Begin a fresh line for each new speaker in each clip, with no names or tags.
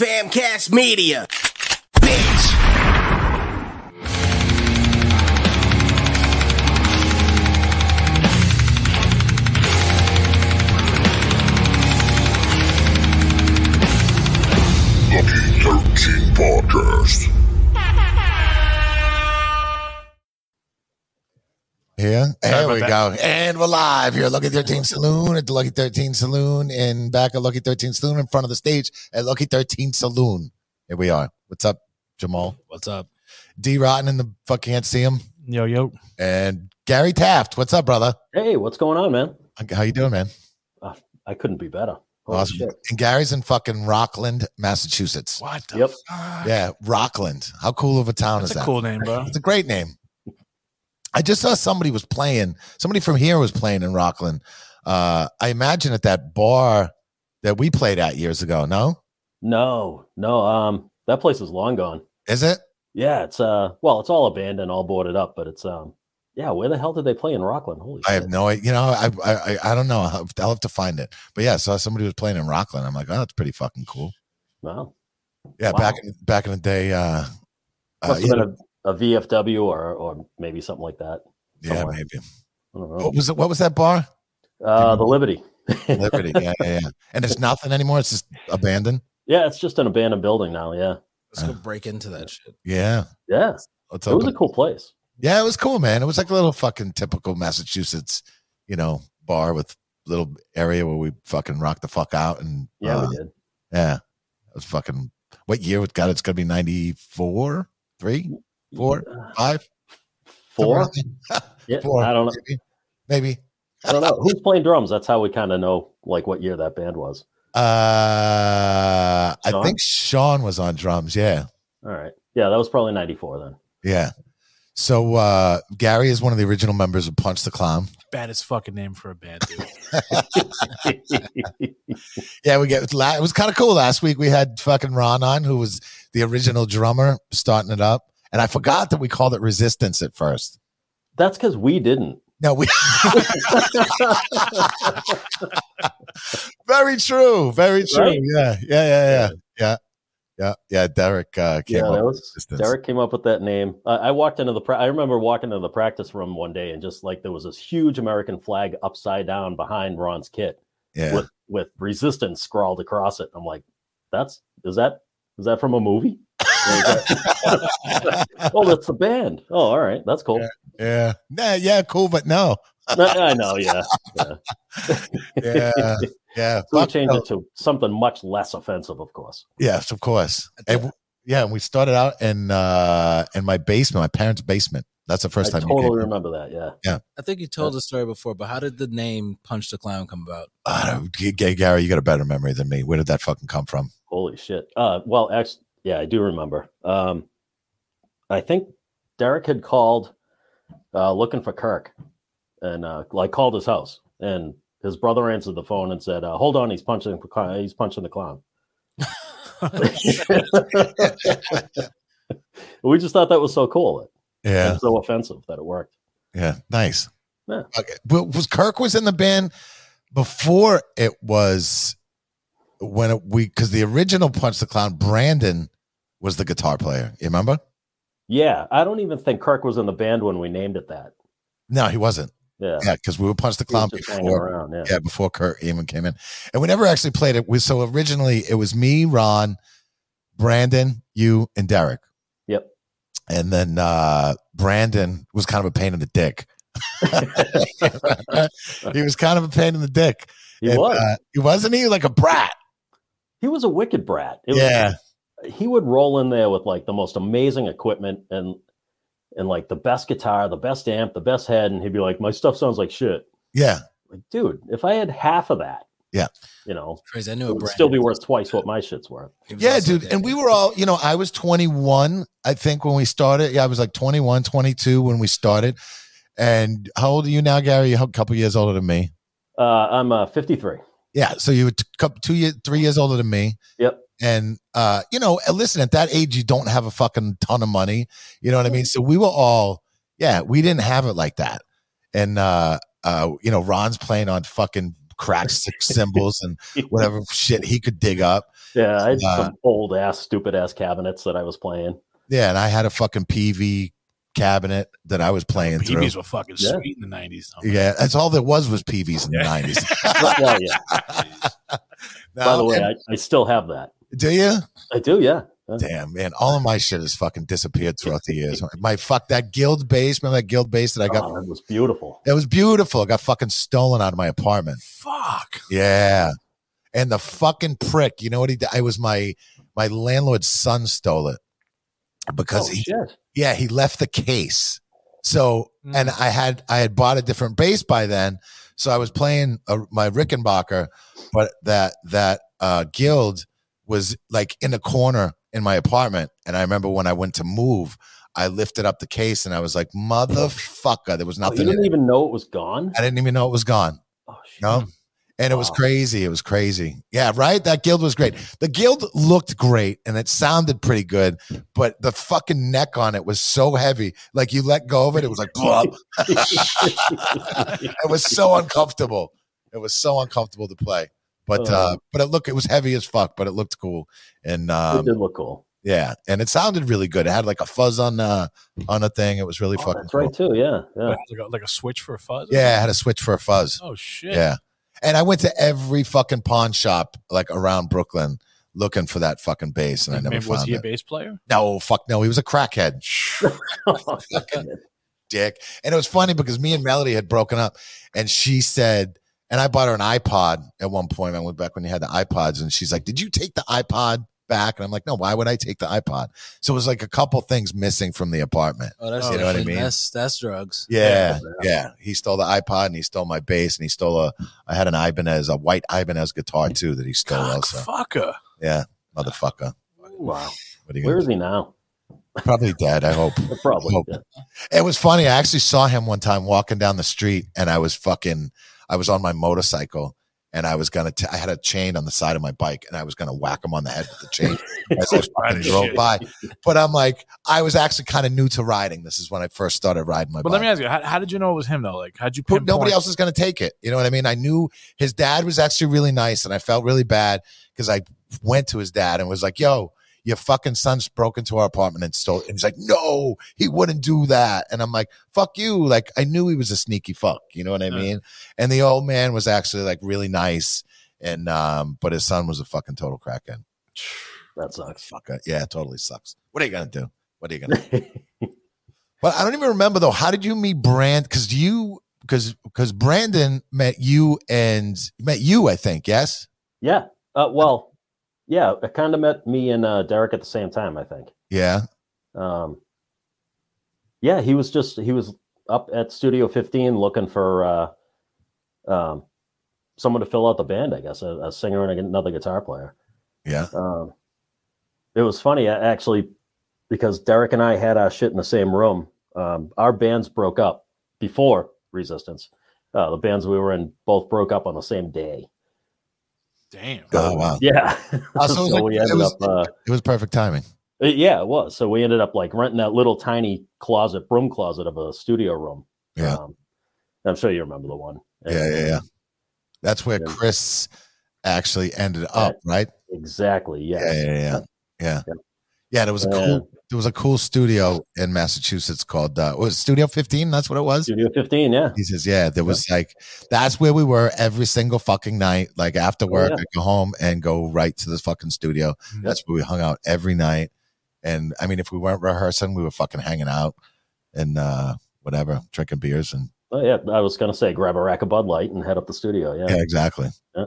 Famcast Media. Bitch.
Lucky 13 Podcast.
Yeah,
Sorry
there
about
we
that.
go. And we're live here at Lucky 13 Saloon at the Lucky 13 Saloon and back at Lucky 13 Saloon in front of the stage at Lucky 13 Saloon. Here we are. What's up, Jamal?
What's up?
D Rotten in the fuck can't see him.
Yo, yo.
And Gary Taft. What's up, brother?
Hey, what's going on, man?
How you doing, man?
I couldn't be better. Holy
Awesome.
shit.
And Gary's in fucking Rockland, Massachusetts.
What the
Yep.
fuck?
Yeah, Rockland. How cool of a town
That's
is
a
that?
cool name, bro.
It's a great name. I just saw somebody was playing. Somebody from here was playing in Rockland. Uh, I imagine at that bar that we played at years ago. No,
No, no, um, that place is long gone.
is it?
Yeah, it's uh, well, it's all abandoned, all boarded up, but it's um, yeah, where the hell did they play in Rockland? Holy
I
shit!
have no. i- You know, I I I- I don't know. I'll have- I'll have to find it. But yeah, I saw somebody was playing in Rockland. I'm like, oh, that's pretty fucking cool.
wow,
Yeah,
Wow.
back in, back in the day. Uh, uh,
must
yeah,
have been a, a VFW or or maybe something like that.
yeah,
somewhere. Oh.
maybe.
I don't
What
know.
was it? What was that bar? Oh.
Uh, the Liberty.
Liberty. Yeah, yeah, yeah. And it's nothing anymore. It's just abandoned.
Yeah, it's just an abandoned building now. Yeah,
Let's go break into that shit.
Yeah.
yeah,
Let's
it was
open
a cool place.
Yeah, it was cool, man. It was like a little fucking typical Massachusetts, you know, bar with little area where we fucking rock the fuck out and
Yeah,
uh,
we did.
yeah, it was fucking. What year? It got it's gonna be ninety four, three, four,
Uh,
five,
four.
somewhere around
Yeah,
four.
I don't know.
there, maybe, maybe.
I don't know who's playing drums. That's how we kind of know like what year that band was.
Uh, I
Sean?
think Sean was on drums. Yeah,
All right. Yeah, that was probably '94 then.
yeah. So uh, Gary is one of the original members of Punch the Clown.
Baddest fucking name for a band, dude.
Yeah, we get la- it was kind of cool. Last week we had fucking Ron on, who was the original drummer starting it up, and I forgot that we called it Resistance at first.
That's because we didn't.
No, we very true, very true.
Right?
Yeah, yeah, yeah, yeah, yeah, yeah, yeah. Derek uh, came
yeah,
up
that
with
was
Resistance.
Derek came up with that name. I, I walked into the. Pra- I remember walking into the practice room one day and just like there was this huge American flag upside down behind Ron's kit
yeah,
with with resistance scrawled across it. I'm like, that's is that is that from a movie? Or is that- oh, that's the band. Oh, all right, that's cool.
yeah, yeah, yeah. Cool, but no,
I, I know. Yeah,
yeah, yeah.
so we
Fuck
changed
no.
it to something much less offensive, of course.
Yes, of course. And w- yeah, and we started out in uh in my basement, my parents' basement. That's the first time.
I
you came
totally
in.
remember that. Yeah.
I think you told the story before, but how did the name Punch the Clown come about?
I don't- G- G- Gary, you got a better memory than me. Where did that fucking come from?
Holy shit. Uh, well, actually, yeah, I do remember. Um, I think Derek had called uh, looking for Kirk and uh, like called his house. And his brother answered the phone and said, uh, Hold on, he's punching, the clown- he's punching the clown. we just thought that was so cool
Yeah,
and so offensive that it worked.
yeah, nice.
Yeah.
Okay. Well, was Kirk was in the band before it was when it, we because the original Punch the Clown Brandon was the guitar player. You remember?
Yeah, I don't even think Kirk was in the band when we named it that.
No, he wasn't.
Yeah.
Yeah, because we were Punch the
He was
Clown
just hanging
before.
around, yeah.
yeah, before Kurt even came in. And we never actually played it. We, so originally it was me, Ron, Brandon, you, and Derek.
Yep.
And then uh, Brandon was kind of a pain in the dick. he was kind of a pain in the dick.
He
And,
was.
uh, he wasn't he like a brat.
he was a wicked brat. It was-
Yeah.
he would roll in there with like the most amazing equipment and and like the best guitar, the best amp, the best head, and he'd be like, "My stuff sounds like shit."
Yeah.
Like, dude, if I had half of that,
Yeah.
you know,
Crazy, I
it
knew
would
it. Brandon.
still be worth twice what my shit's worth.
He was
Yeah,
also
dude.
dead.
And we were all, you know, I was 21, I think, when we started. Yeah, I was like 21, 22 when we started. And how old are you now, Gary? You're a couple years older than me.
Uh, I'm uh, 53.
Yeah, so you were t- coup- two years, three years older than me.
Yep.
And uh, you know, and listen, at that age, you don't have a fucking ton of money. You know what I mean? So we were all, yeah, we didn't have it like that. And uh, uh, you know, Ron's playing on fucking cracked six cymbals and whatever shit he could dig up.
Yeah, I had
Uh,
some old ass, stupid ass cabinets that I was playing.
Yeah, and I had a fucking PV cabinet that I was playing through.
PBs were fucking
Yeah.
sweet in the nineties.
Yeah, that's all there was was PVs in the nineties.
well, yeah. By the way, I, I still have that.
do you?
I do. Yeah.
Damn, man, all of my shit has fucking disappeared throughout the years. My fuck that guild base, remember that guild base that I got?
Oh, that was beautiful.
That was beautiful. It got fucking stolen out of my apartment.
Fuck.
Yeah. And the fucking prick, you know what he did? I was my my landlord's son stole it because
oh,
he
shit.
yeah he left the case. So
Mm.
and I had I had bought a different bass by then, so I was playing uh my Rickenbacker, but that that uh, guild was like in a corner in my apartment, and I remember when I went to move, I lifted up the case and I was like, motherfucker, there was
Oh, you
nothing. in
didn't
it.
even know it was gone.
I didn't even know it was gone.
Oh, shit.
No. Mm. And it was
Wow.
crazy. It was crazy. Yeah, right? That guild was great. The guild looked great and it sounded pretty good, but the fucking neck on it was so heavy. Like you let go of it, it was like, "Blub." it was so uncomfortable. It was so uncomfortable to play. But uh,
Oh.
but it looked it was heavy as fuck, but it looked cool. And
it
um,
did look cool.
yeah, and it sounded really good. It had like a fuzz on uh on a thing. It was really
Oh,
fucking
that's
cool.
right too. Yeah, yeah.
Like, a, like a switch for a fuzz.
Yeah, it had a switch for a fuzz.
Oh shit.
Yeah. And I went to every fucking pawn shop like around Brooklyn looking for that fucking bass and I
And
never
maybe was
found
he a
it.
bass player?
No, fuck no. He was a crackhead
Oh,
dick. And it was funny because me and Melody had broken up and she said, and I bought her an iPod at one point. I went back when you had the iPods and she's like, Did you take the iPod back? And I'm like, No, why would I take the iPod? So it was like a couple things missing from the apartment.
Oh, that's
Oh,
you
you
know what I mean?
That's that's drugs.
Yeah, yeah. He stole the iPod and he stole my bass and he stole a. I had an Ibanez, a white Ibanez guitar too that he stole
Cock
also.
fucker.
Yeah, motherfucker.
wow.
What are you
Where
gonna
is he now?
do? Probably dead. I hope.
Probably.
Oh.
yeah.
It was funny. I actually saw him one time walking down the street, and I was fucking. I was on my motorcycle, and I was gonna. T- I had a chain on the side of my bike, and I was gonna whack him on the head with the chain as I fucking
Right,
drove
shit.
by. But I'm like, I was actually kind of new to riding. This is when I first started riding my
But
bike.
let me ask you, how, how did you know it was him though? Like, how'd you
Who-
pinpoint?
nobody else is going to take it. You know what I mean? I knew his dad was actually really nice, and I felt really bad because I went to his dad and was like, "Yo, your fucking son's broke into our apartment and stole." And he's like, "No, he wouldn't do that." And I'm like, "Fuck you!" Like I knew he was a sneaky fuck. You know what I
Yeah.
mean? And the old man was actually like really nice, and um, but his son was a fucking total crackhead.
That sucks.
Fucker, yeah, it totally sucks. What are you gonna do? What are you gonna? do? But I don't even remember though. How did you meet Brand? Because you, because because Brandon met you and met you, I think. Yes.
yeah. Uh, well, yeah. It kind of met me and uh, Derek at the same time. I think.
Yeah.
Um, yeah, he was just he was up at Studio 15 looking for uh, um, someone to fill out the band. I guess a, a singer and another guitar player.
Yeah.
Um, it was funny a- actually because Derek and I had our shit in the same room. Um, our bands broke up before Resistance. Uh, the bands we were in both broke up on the same day.
Damn.
Oh wow.
Yeah.
Oh, so it was like-
we
it
ended
was-
up. Uh,
It was perfect timing.
uh, Yeah, it was. So we ended up like renting that little tiny closet, broom closet of a studio room.
Yeah.
Um, I'm sure you remember the one.
Yeah, yeah, yeah. That's where
Yeah.
Chris actually ended up, right?
Exactly.
Yeah,
Yes.
yeah, yeah, yeah.
Yeah.
Yeah, there was a
Yeah.
cool. There was a cool studio in Massachusetts called uh, was it Studio Fifteen. That's what it was.
Studio 15. Yeah.
He says, "Yeah, there was like that's where we were every single fucking night. Like after work,
Oh, yeah. Mm-hmm.
I'd go home and go right to this fucking studio.
Mhm.
That's where we hung out every night. And I mean, if we weren't rehearsing, we were fucking hanging out and uh, whatever, drinking beers and
Oh, yeah. I was gonna say grab a rack of Bud Light and head up the studio. Yeah.
yeah, exactly,
Yeah.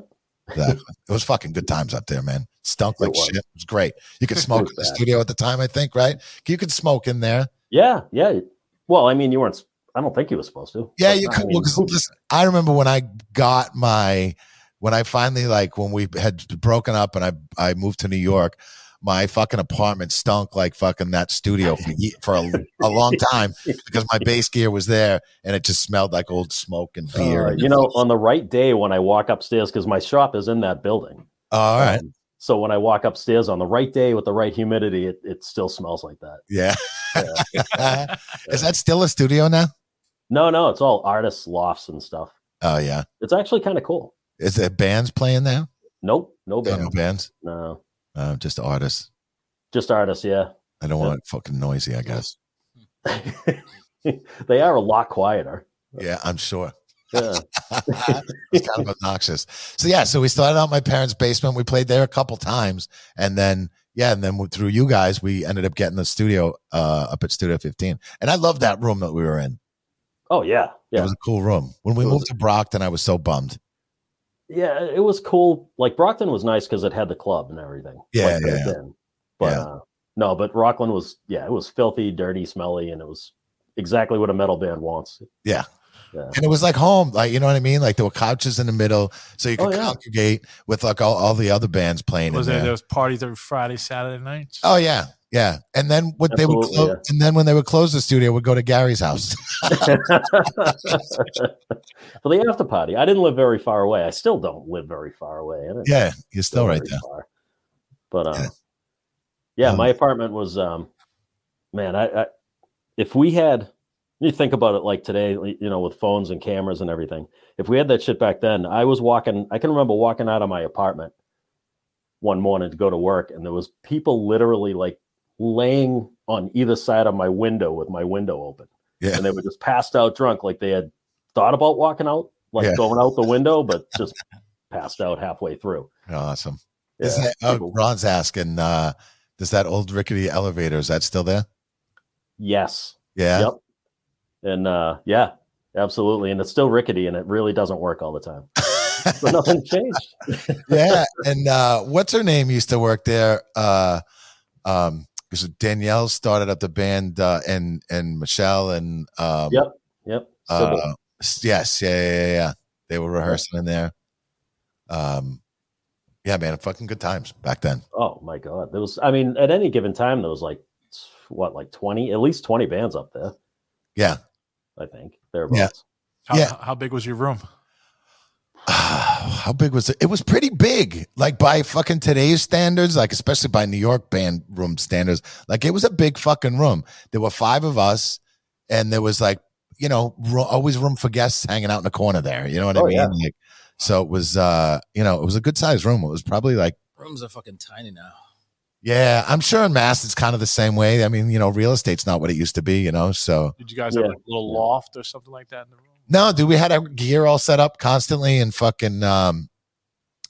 exactly. it was fucking good times up there, man. Stunk like
It was.
shit. It was great. You could smoke in the
was bad.
studio at the time, I think, right? You could smoke in there.
Yeah. Yeah. Well, I mean, you weren't. s- I don't think you was supposed to.
Yeah,
But,
you
I
could.
mean,
Well, 'cause listen, I remember when I got my, when I finally like when we had broken up and I I moved to New York, my fucking apartment stunk like fucking that studio for ye- for a, a long time because my bass gear was there and it just smelled like old smoke and beer.
uh, you know, on the right day when I walk upstairs, because my shop is in that building.
all right,
Um, so when I walk upstairs on the right day with the right humidity, it, it still smells like that.
yeah. Is that still a studio now?
No, no, it's all artists' lofts and stuff.
Oh yeah.
It's actually kind of cool.
Is there bands playing now? Oh,
Nope, no
No, no
band.
bands.
No,
Uh, just artists.
Just artists, yeah.
I don't want it fucking noisy. I guess.
they are a lot quieter.
Yeah, I'm sure.
Yeah.
it's kind of obnoxious. So yeah, so we started out in my parents' basement. We played there a couple times, and then yeah, and then through you guys, we ended up getting the studio uh, up at Studio 15. And I loved that room that we were in.
Oh yeah,
It
yeah,
was a cool room. When we
It was-
moved to Brockton, I was so bummed.
yeah. It was cool. Like Brockton was nice because it had the club and everything.
Yeah,
like, back
yeah.
then. But
Yeah.
uh, no, but Rockland was yeah, it was filthy, dirty, smelly, and it was exactly what a metal band wants.
And it was like home, like you know what I mean. Like there were couches in the middle, so you
Oh,
could
yeah.
congregate with like all, all the other bands playing.
Was
in
there
there.
those parties every Friday, Saturday nights?
Oh yeah, yeah. And then what
Absolutely,
they would close, and then when they would close the studio, we'd go to Gary's house.
For the after party, I didn't live very far away. I still don't live very far away. I didn't
yeah, you're
go
still right
very
there.
far. But uh,
Yeah.
yeah,
Um,
my apartment was um, man, I, I if we had you think about it like today, you know, with phones and cameras and everything. If we had that shit back then, I was walking. I can remember walking out of my apartment one morning to go to work, and there was people literally like laying on either side of my window with my window open,
Yeah.
and they were just passed out drunk, like they had thought about walking out, like
Yeah.
going out the window, but just passed out halfway through.
Awesome.
Yeah,
Is that, oh,
people-
Ron's asking, uh, does that old rickety elevator, is that still there?
Yes.
Yeah.
Yep. And uh, yeah, absolutely. And it's still rickety and it really doesn't work all the time. But nothing changed.
yeah. And uh, what's her name used to work there? Uh, um, because Danielle started up the band uh, and and Michelle and um,
Yep. Yep. Sybil.
uh, yes, yeah, yeah, yeah, yeah. They were rehearsing in there. Um, yeah, man, fucking good times back then.
oh my God. There was, I mean, at any given time, there was like, what, like 20, at least 20 bands up there,
Yeah.
I think. Thereabouts.
How,
Yeah.
how big was your room?
how big was it? It was pretty big, like by fucking today's standards, like especially by New York band room standards. Like it was a big fucking room. There were five of us, and there was like you know ro- always room for guests hanging out in the corner there. You know what I
Oh,
mean?
yeah.
Like, so it was, uh, you know, it was a good sized room. It was probably like,
Rooms are fucking tiny now.
yeah, I'm sure in Mass it's kind of the same way. I mean, you know, real estate's not what it used to be, you know. So
Did you guys
Yeah.
have like a little loft or something like that in the room?
No, dude, we had our gear all set up constantly and fucking um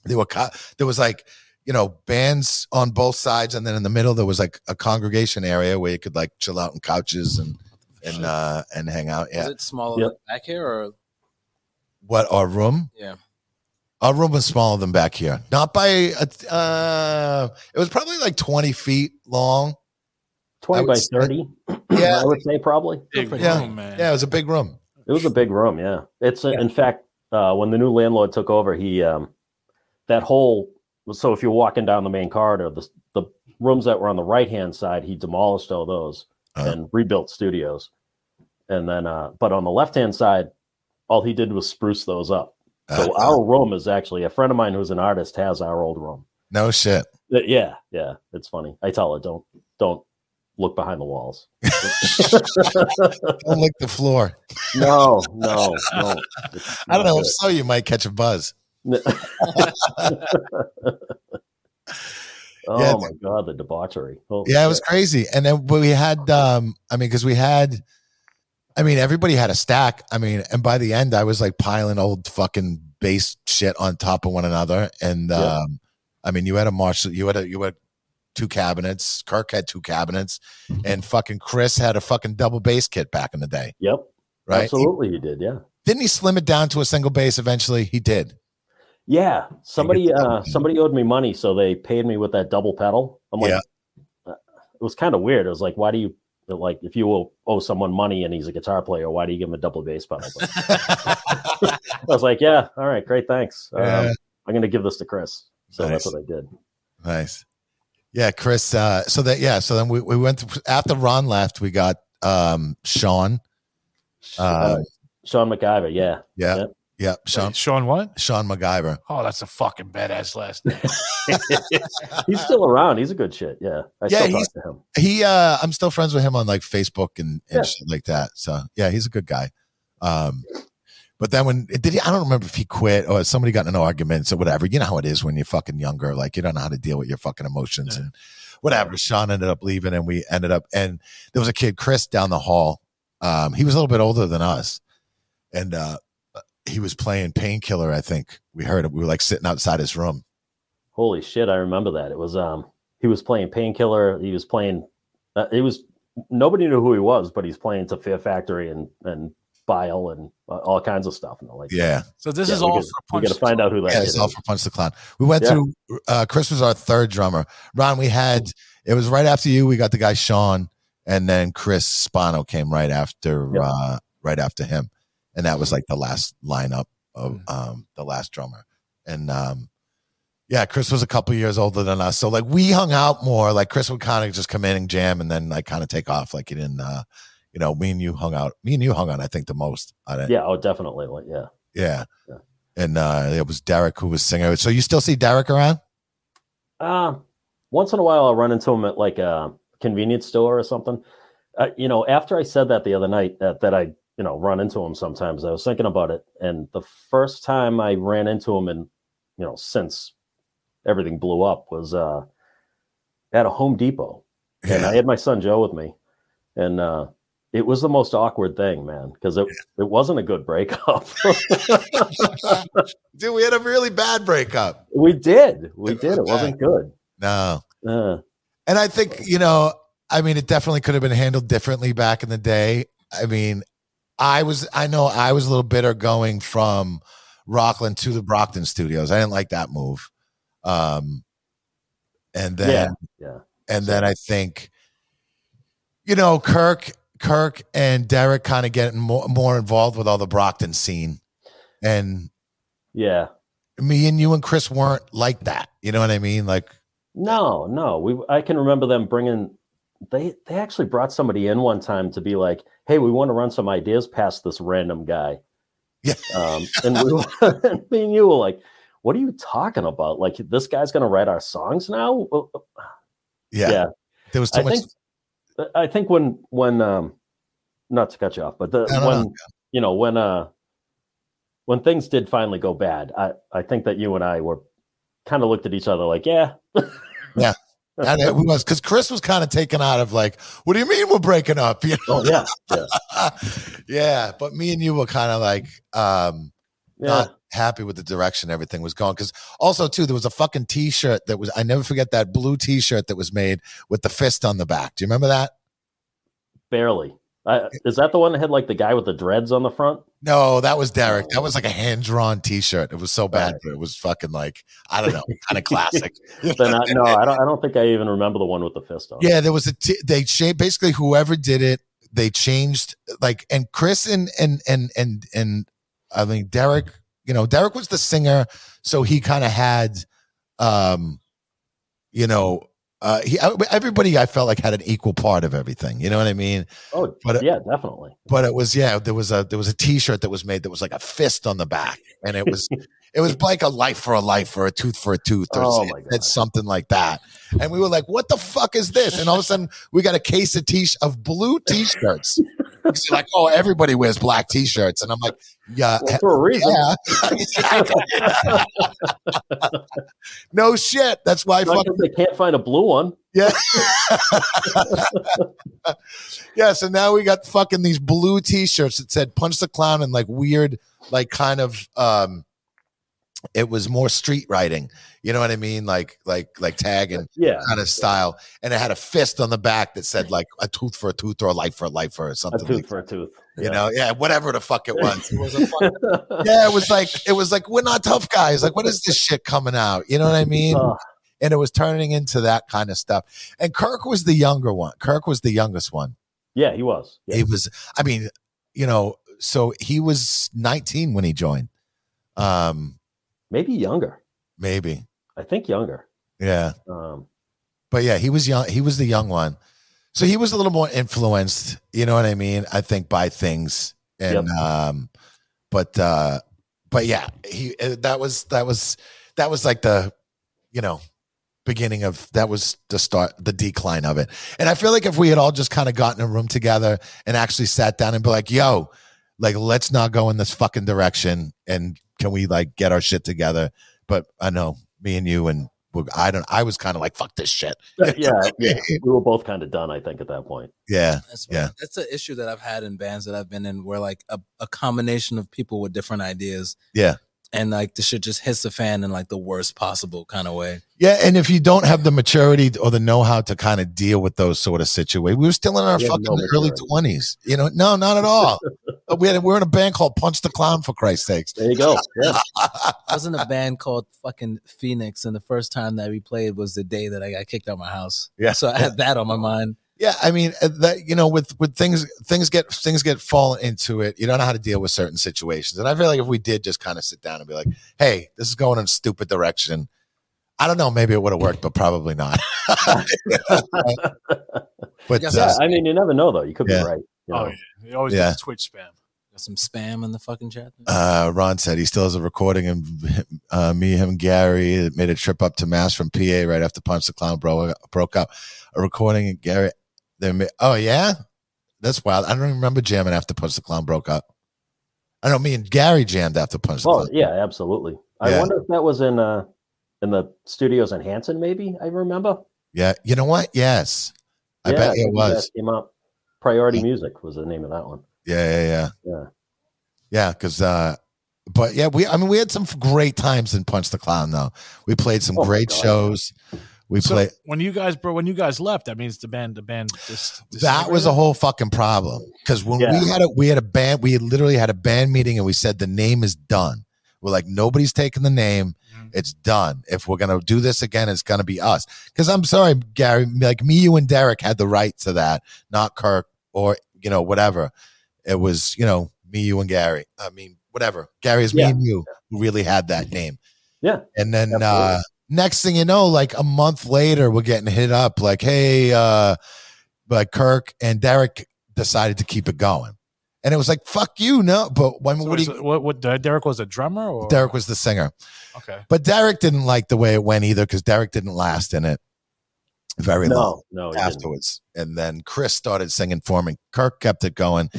there were co- there was like, you know, bands on both sides and then in the middle there was like a congregation area where you could like chill out on couches and and uh and hang out.
Is
Yeah.
it smaller
Yep.
than back here or
What our room?
yeah?
Our room was smaller than back here. Not by a, uh it was probably like 20 feet long.
20
would
by
say-
30.
Yeah.
I would say probably.
Big room,
Yeah.
man.
Yeah, it was a big room.
It was a big room, yeah. It's in fact uh, when the new landlord took over, he um, that whole so if you're walking down the main corridor, the the rooms that were on the right hand side, he demolished all those
Uh-huh.
and rebuilt studios, and then uh, but on the left hand side, all he did was spruce those up. So
Uh,
our room is actually a friend of mine who's an artist has our old room.
no shit.
Uh, Yeah, yeah, it's funny. I tell her don't don't look behind the walls.
Don't lick the floor.
no, no, no.
I don't know. If
It's
so, you might catch a buzz.
not good. Oh
Yeah,
my god, the debauchery! Holy
yeah, it was
shit.
crazy. And then we had, um, I mean, because we had, I mean, everybody had a stack. I mean, and by the end, I was like piling old fucking base shit on top of one another. And
Yeah.
um, I mean, you had a Marshall, you had a, you had two cabinets. Kirk had two cabinets,
Mm-hmm.
and fucking Chris had a fucking double bass kit back in the day,
Yep,
right?
absolutely, you did. Yeah,
Didn't he slim it down to a single bass eventually? He did.
yeah. Somebody,
that
uh,
one.
somebody owed me money, so they paid me with that double pedal. I'm like,
Yeah.
uh, it was kind of weird. It was like, why do you like if you owe, owe someone money and he's a guitar player, why do you give him a double bass pedal? But I was like, yeah, all right, great, thanks. Um,
Yeah.
I'm gonna give this to Chris. So that's
Nice.
what I did.
Nice. Yeah, Chris. Uh, so that yeah, so then we, we went to, after Ron left, we got um Sean. Uh,
Uh, Sean McIver, yeah,
yeah,
yeah.
yeah, Sean
Wait, Sean, what?
Sean MacGyver.
Oh, that's a fucking badass last name.
he's still around. He's a good shit. Yeah, I
Yeah,
still
he's-
talk to him.
He uh I'm still friends with him on like Facebook and, and
Yeah.
shit like that. So yeah, he's a good guy. Um But then when did he, I don't remember if he quit or somebody got in an argument or whatever. You know how it is when you're fucking younger, like you don't know how to deal with your fucking emotions
Yeah.
and whatever. Sean ended up leaving, and we ended up and there was a kid Chris down the hall. Um, he was a little bit older than us, and uh, he was playing painkiller. I think we heard it. We were like sitting outside his room.
Holy shit, I remember that. It was um he was playing painkiller, he was playing uh, it was nobody knew who he was, but he's playing to Fear Factory and and Bile and uh, all kinds of stuff and I'm like
Yeah,
So this
yeah,
is
we
all
gotta-
for
we
punch.
got to find out who that
yeah,
is.
it's all for Punch the Clown. We went
Yeah.
through. Uh, Chris was our third drummer. Ron, we had it was right after you. We got the guy Sean, and then Chris Spano came right after
Yeah.
uh, right after him, and that was like the last lineup of
Mm.
um, the last drummer. And um, yeah, Chris was a couple years older than us, so like we hung out more. Like Chris would kind of just come in and jam, and then like kind of take off. Like he didn't, uh, you know, me and you hung out. Me and you hung out, I think, the most. I didn't.
yeah, oh definitely. Like, yeah.
Yeah.
Yeah.
And uh, it was Derek who was singer. So you still see Derek around?
Uh, once in a while, I'll run into him at like a convenience store or something. Uh, you know, after I said that the other night, that, that I, you know, run into him sometimes, I was thinking about it. And the first time I ran into him, and, you know, since everything blew up, was uh, at a Home Depot and I had my son Joe with me, and uh, it was the most awkward thing, man, because it, it wasn't a good breakup.
Dude, we had a really bad breakup.
we did, we
It
did. It
was
wasn't good.
No.
Uh,
And I think, you know, I mean, it definitely could have been handled differently back in the day. I mean, I was, I know I was a little bitter going from Rockland to the Brockton studios. I didn't like that move. Um, and then,
yeah, yeah.
And then I think, you know, Kirk, Kirk and Derek kind of getting more, more involved with all the Brockton scene. And
Yeah.
me and you and Chris weren't like that. You know what I mean? Like,
No, no. We I can remember them bringing they they actually brought somebody in one time to be like, "Hey, we want to run some ideas past this random guy."
Yeah.
Um, and we were, and me and you were like, "What are you talking about? Like this guy's going to write our songs now?" Well,
yeah,
Yeah.
there was too
I
much.
think uh, I think when when um not to cut you off, but the
No, no,
when
no.
you know when uh when things did finally go bad, I I think that you and I were kind of looked at each other like, "Yeah,
and it was because Chris was kind of taken out of like, what do you mean we're breaking up? You know?
oh yeah,
yeah. But me and you were kind of like, um,
yeah."
not happy with the direction everything was going. Because also too, there was a fucking T-shirt that was I never forget that blue T-shirt that was made with the fist on the back. Do you remember that?
Barely. I, is that the one that had like the guy with the dreads on the front?
No, that was Derek. That
Oh.
was like a hand drawn T-shirt. It was so bad, but it was fucking like I don't know, kind of classic.
Then I, no, I don't. I don't think I even remember the one with the fist on. it.
Yeah, there was a t- they changed basically whoever did it, they changed like and Chris and and and and and I mean Derek, you know, Derek was the singer, so he kind of had um you know, uh he I- everybody I felt like had an equal part of everything. You know what I mean?
Oh,
But- uh,
yeah, definitely.
But it was yeah, there was a there was a t-shirt that was made that was like a fist on the back and it was it was like a life for a life or a tooth for a tooth or
Oh,
it
my
said
God.
something like that. And we were like, what the fuck is this? And all of a sudden we got a case of t of blue t-shirts. It's like, oh, everybody wears black t-shirts. And I'm like, yeah,
Well, for a reason.
yeah. no shit. That's why I
Not
fucking
'cause they can't find a blue one.
Yeah, so now we got fucking these blue t-shirts that said punch the clown and like weird like kind of um it was more street writing. You know what I mean? Like like like tag and
Yeah,
kind of style and it had a fist on the back that said like a tooth for a tooth or a life for a life or
a
something
tooth
like,
for a tooth.
you know yeah whatever the fuck it was It was a fucking-
know.
yeah it was like it was like we're not tough guys like what is this shit coming out you know what i mean
Uh,
and it was turning into that kind of stuff and kirk was the younger one kirk was the youngest one
yeah, he was. Yeah.
he was i mean you know so he was 19 when he joined um
Maybe younger.
maybe
I think younger.
yeah
Um,
but yeah he was young he was the young one so he was a little more influenced you know what i mean i think by things and
Yep.
um but uh but yeah he uh, that was that was that was like the you know beginning of that was the start the decline of it and i feel like if we had all just kind of gotten in a room together and actually sat down and be like yo like let's not go in this fucking direction and can we like get our shit together but i know me and you and well, i don't i was kind of like fuck this shit
yeah,
yeah
we were both kind of done. I think at that point.
yeah
That's
Yeah.
That's an issue that I've had in bands that I've been in, where like a, a combination of people with different ideas.
Yeah.
And like the shit just hits the fan in like the worst possible kind of way.
yeah and if you don't have the maturity or the know-how to kind of deal with those sort of situations we were still in our
We had
fucking
no
early
maturity.
20s you know no not at all we had we were in a band called punch the clown for christ's sakes
There you go. Yeah.
I was in a band called fucking Phoenix, and the first time that we played was the day that I got kicked out of my house.
Yeah.
So I had that on my mind.
Yeah, I mean uh, that you know with with things things get things get fallen into it. You don't know how to deal with certain situations, and I feel like if we did just kind of sit down and be like, "Hey, this is going in a stupid direction," I don't know, maybe it would have worked, but probably not. but
Yeah,
Yeah,
uh,
I mean, you never know though. You could
Yeah.
be right. you
Oh
know.
yeah, you always
Yeah.
get the Twitch spam.
Got some spam in the fucking chat.
uh, Ron said he still has a recording, and uh, me, him, Gary made a trip up to Mass from PA right after Punch the Clown bro- broke up. A recording, and Gary, they ma- oh yeah, that's wild. I don't even remember jamming after Punch the Clown broke up. I know me and Gary jammed after Punch the
Oh
Clown.
yeah, absolutely. I
Yeah.
wonder if that was in uh in the studios in Hanson. Maybe I remember.
Yeah, you know what? Yes, I
Yeah,
bet
think
it was.
that Came up. Priority Music was the name of that one.
Yeah, yeah, yeah,
Yeah.
yeah. Because, uh, but yeah, we. I mean, we had some great times in Punch the Clown. Though we played some
Oh, my
great
God.
shows. We
so
played.
when you guys, bro, when you guys left, that means the band, the band just.
that was a
disintegrated?
whole fucking problem because when
Yeah.
we had a we had a band we had literally had a band meeting and we said the name is done we're like nobody's taking the name
Mhm.
it's done if we're gonna do this again it's gonna be us because i'm sorry gary like me you and derek had the right to that not kirk or you know whatever it was you know me you and gary i mean whatever gary is me
Yeah.
and you who really had that name
Yeah.
and then uh
Absolutely.
next thing you know like a month later we're getting hit up like hey uh but Kirk and Derek decided to keep it going. And it was like, fuck you, no. But when
So
what, do
is
you,
it- what, what? uh, Derek was a drummer, or
Derek was the singer.
Okay,
But Derek didn't like the way it went either because Derek didn't last in it very long
No, no. it Oh, didn't.
afterwards. And then Chris started singing for him, and Kirk kept it going.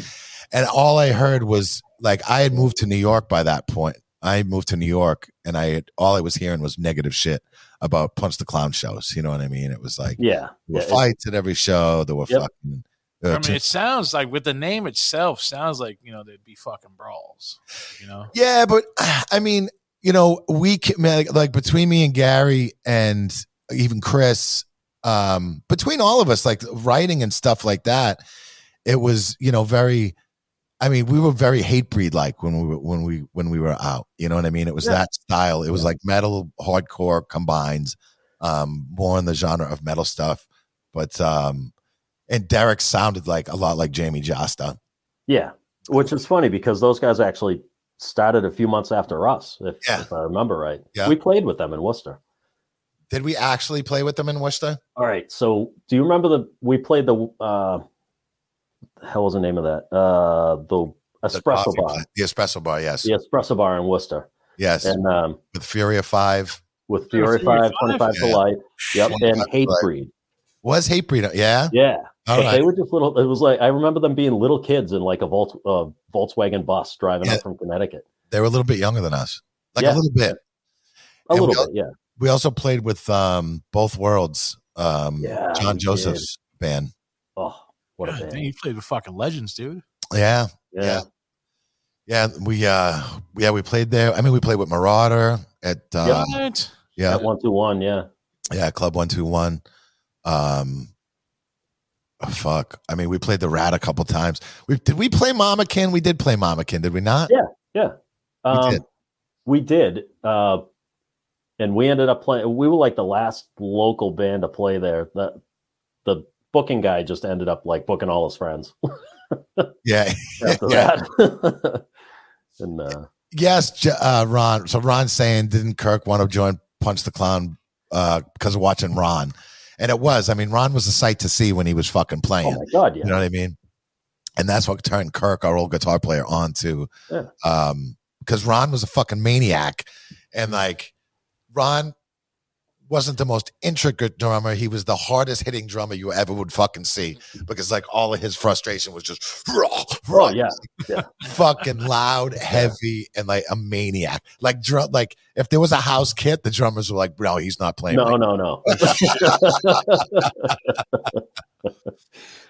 And all I heard was like I had moved to New York by that point. I had moved to New York, and I had, all I was hearing was negative shit about Punch the Clown shows. You know what I mean? It was like
Yeah.
there were
yeah, it-
fights at every show. There were
Yep.
fucking.
I
there were
mean, it sounds like with the name itself, sounds like you know there'd be fucking brawls. You know,
Yeah, but I mean, you know, we can, man, like, like between me and Gary and even Chris, um, between all of us, like writing and stuff like that, it was you know very. I mean, we were very hate breed like when we were, when we when we were out. You know what I mean? It was
Yeah.
that style. It was
Yeah.
like metal, hardcore combines, um, more in the genre of metal stuff. But um, and Derek sounded like a lot like Jamie Josta.
Yeah, which is funny because those guys actually started a few months after us, if,
Yeah.
if I remember right.
Yeah.
We played with them in Worcester.
Did we actually play with them in Worcester?
All right. So, do you remember the we played the uh, the hell was the name of that? Uh, the
The
espresso
coffee
bar,
pla- The espresso bar, yes.
the espresso bar in Worcester,
Yes.
and um,
with Furia Five.
with
Yeah,
Fury
Fury
Five,
Five.
25 to
Yeah.
Life, yep, and
25 to
Hate
Life.
Breed.
Was Hatebreed. Yeah.
Yeah,
All
but
right.
they were just little. It was like I remember them being little kids in like a Volt, uh, Volkswagen bus driving
Yeah.
up from Connecticut.
They were a little bit younger than us. Like
Yeah.
a little bit.
A
And we
little
all-
bit, yeah,
We also played with um both worlds, um
yeah.
John
we did.
Joseph's band.
Oh, what a
God,
band!
dang, you played with fucking legends, dude.
Yeah.
yeah.
Yeah. We uh yeah, we played there. I mean, we played with Marauder at uh
What?
yeah,
At one two one, yeah.
yeah, Club One Two One. Um oh, fuck. I mean, we played the rat a couple times. We did we play Mamakin? We did play Mamakin, did we not?
Yeah. Um,
did.
we did. Uh, and we ended up playing. We were like the last local band to play there. The the booking guy just ended up like booking all his friends
Yeah.
after
Yeah.
that. and uh,
Yes, J- uh, Ron. So Ron's saying, didn't Kirk want to join Punch the Clown uh, because of watching Ron? And it was. I mean, Ron was a sight to see when he was fucking
oh
playing.
my god,
You know
yeah,
what I mean? And that's what turned Kirk, our old guitar player, on to.
Yeah.
Um, because Ron was a fucking maniac. And like Ron wasn't the most intricate drummer. He was the hardest hitting drummer you ever would fucking see because like all of his frustration was just raw, raw,
Mm-hmm. Oh yeah,
fucking loud, heavy, and like a maniac. Like drum, like if there was a house kit, the drummers were like, no, he's not playing.
no,
right
no, no.
now."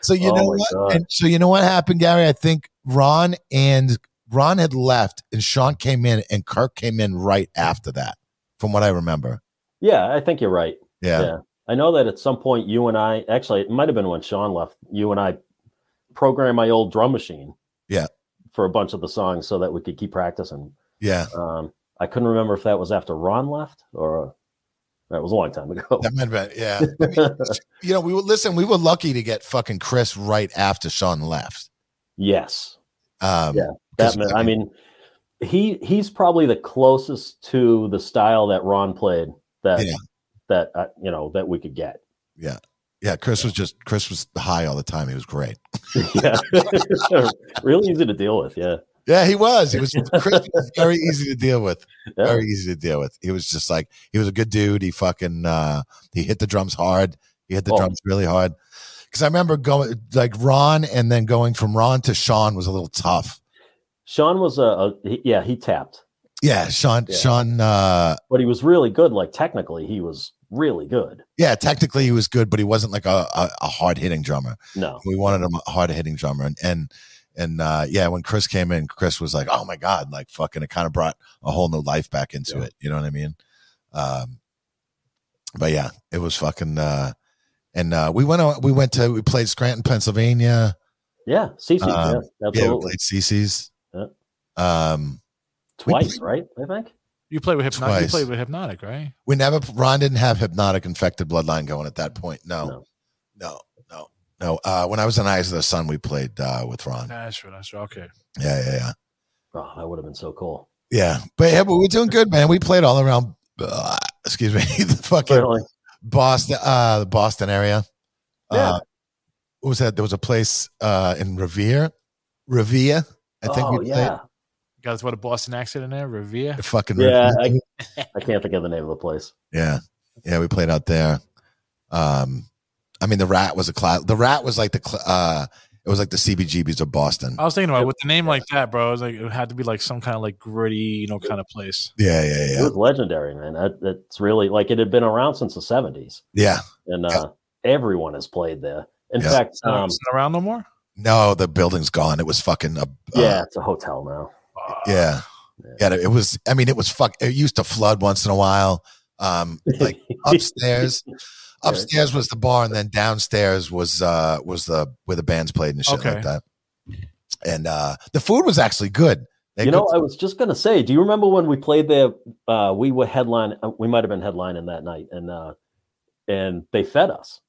So you
oh
know
my
what?
God.
And so you know what happened, Gary? I think Ron and Ron had left, and Sean came in, and Kirk came in right after that, from what I remember.
Yeah, I think you're right.
Yeah.
Yeah. I know that at some point you and I actually it might have been when Sean left, you and I programmed my old drum machine.
Yeah.
For a bunch of the songs so that we could keep practicing.
yeah,
Um, I couldn't remember if that was after Ron left or that was a long time ago.
that might have been. Yeah, I mean, you know, we were listen. We were lucky to get fucking Chris right after Sean left.
yes.
Um,
Yeah,
'cause,
That meant, I mean he he's probably the closest to the style that Ron played that
Yeah.
that uh, you know that we could get.
yeah, Chris was just Chris was high all the time. He was great.
yeah. really easy to deal with, yeah.
Yeah, he was. He was Chris was very easy to deal with.
Yeah.
Very easy to deal with. He was just like he was a good dude. He fucking uh he hit the drums hard. He hit the
Oh.
drums really hard. Cause I remember going like Ron and then going from Ron to Sean was a little tough.
Sean was a, a he, yeah, he tapped.
Yeah, Sean
Yeah.
Sean uh
but he was really good. Like technically, he was really good.
yeah, technically he was good, but he wasn't like a, a, a hard hitting drummer.
No,
We wanted him a hard hitting drummer and and and uh yeah, when Chris came in, Chris was like, Oh my god, like fucking it kind of brought a whole new life back into
Yeah.
it. You know what I mean? Um but yeah, it was fucking uh and uh we went on we went to we played Scranton, Pennsylvania.
yeah, CC,
Um,
yeah,
Yeah, we
absolutely,
played CC's.
Yeah.
Um
twice, right? I think.
You play with hypnotic. You
Twice.
played with hypnotic, right?
we never Ron didn't have hypnotic infected bloodline going at that point. No.
No.
No, no, no. Uh when I was in Eyes of the Sun, we played uh with Ron. Yeah,
That's right. That's right. Okay.
yeah, yeah.
Oh, that would have been so cool.
Yeah, but yeah, but we're doing good, man. We played all around. Uh, excuse me, the fucking
Certainly.
Boston, uh, the Boston area.
Yeah.
Uh, what was that? There was a place uh in Revere, Revere. I think
oh,
we played
yeah,
You guys what a Boston accent in there, Revere.
fucking
yeah.
Revere.
I, I can't think of the name of the place.
yeah, yeah. We played out there. Um, I mean, the Rat was a class. The Rat was like the cl- uh, it was like the CBGBs of Boston.
I
Oh.
was thinking about with a name like that, bro. It was like it had to be like some kind of like gritty, you know, kind of place.
Yeah, yeah,
It
yeah,
was legendary, man. That, that's really like it had been around since the seventies,
yeah.
and uh, everyone has played there. In
Yeah. Uh,
fact, um,
it's not around no more.
No, the building's gone. It was fucking a uh,
yeah, it's a hotel now.
Yeah. Yeah. It was, I mean, it was fuck. It used to flood once in a while. Um, like upstairs, upstairs was the bar. And then downstairs was, uh, was the, where the bands played and shit
Okay.
like that. And, uh, the food was actually good. They
you know,
cooked-
I was just gonna say, do you remember when we played there? Uh, we were headline. uh, We might have been headlining that night, and uh, and they fed us,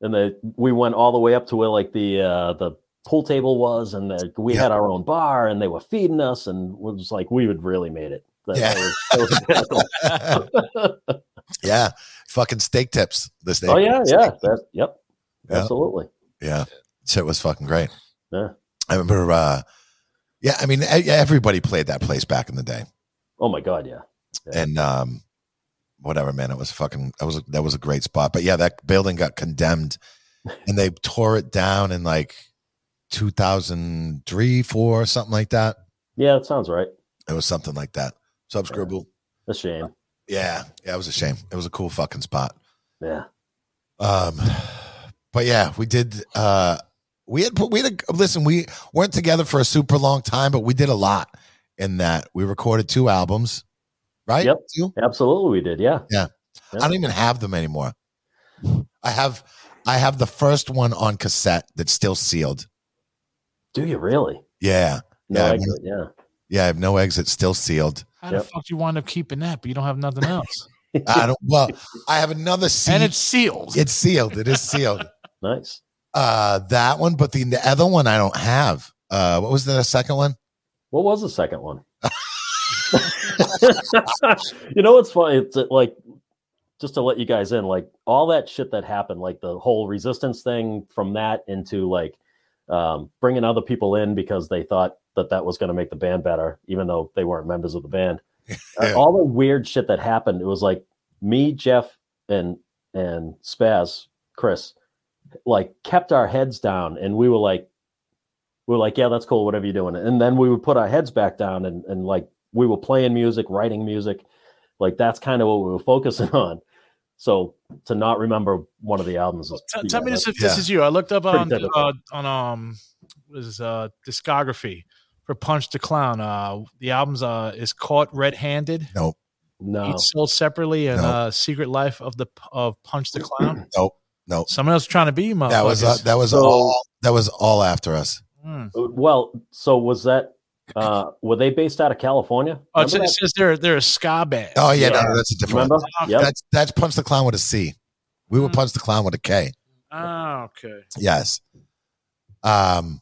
Mm-hmm.
and they we went all the way up to where like the uh, the pool table was, and the, we
Yeah.
had our own bar, and they were feeding us, and it was like we would really made it. That, that
Yeah.
was- that was incredible.
yeah. Fucking steak tips. The steak.
oh yeah,
steak
yeah,
tips.
that, yep,
Yeah.
absolutely.
Yeah. Shit was fucking great.
Yeah.
I remember, uh, yeah, I mean, e- everybody played that place back in the day.
Oh my god, yeah. Yeah.
and um whatever man it was fucking that was that was a great spot but yeah that building got condemned and they tore it down in like 2003 4 something like that
Yeah, that sounds right.
it was something like that sub scribble
A
Uh,
shame.
yeah yeah it was a shame it was a cool fucking spot
Yeah.
um but yeah we did uh we had put we had a, listen we weren't together for a super long time but we did a lot in that we recorded two albums right
Yep.
two
Absolutely we did, yeah.
I don't even have them anymore. I have I have the first one on cassette that's still sealed.
Do you really?
Yeah.
No,
Yeah,
I
we-
could, yeah.
Yeah, I have no exit still sealed.
How
Yep.
the fuck do you wind up keeping that, but you don't have nothing else,
I don't well, I have another
and
sealed.
it's sealed.
it's sealed. It is sealed.
Nice.
Uh that one, but the, the other one I don't have. Uh what was the second one?
What was the second one? you know what's funny? It's uh, like just to let you guys in, like all that shit that happened, like the whole resistance thing from that into like um, bringing other people in because they thought that that was going to make the band better, even though they weren't members of the band. Uh,
Yeah.
all the weird shit that happened, it was like me, Jeff, and and Spaz, Chris, like kept our heads down, and we were like, we were like, yeah, that's cool, whatever you're doing, and then we would put our heads back down, and and like we were playing music, writing music, like that's kind of what we were focusing on. So to not remember one of the albums is
Tell, tell me
yeah,
this if
yeah.
this is you. I looked up
Pretty
on
typical.
uh, on um what is this, uh discography for Punch the Clown. Uh the album's uh is Caught Red Handed,
no.
Each Sold Separately, and
No.
uh Secret Life of the of Punch the Clown.
Nope, nope.
Someone else trying to be you, motherfuckers.
That was uh, that was
So-
all that was all after us.
Mm.
Well, so was that? Uh, were they based out of California?
Oh, it
Remember
says, it says they're they're a ska band.
Oh yeah, no,
Yeah.
no, that's a
that?
different.
Remember?
One.
Yep.
That's that's punch the clown with a C. We were
Mm.
punch the clown with a K.
Ah, okay.
Yes. Um,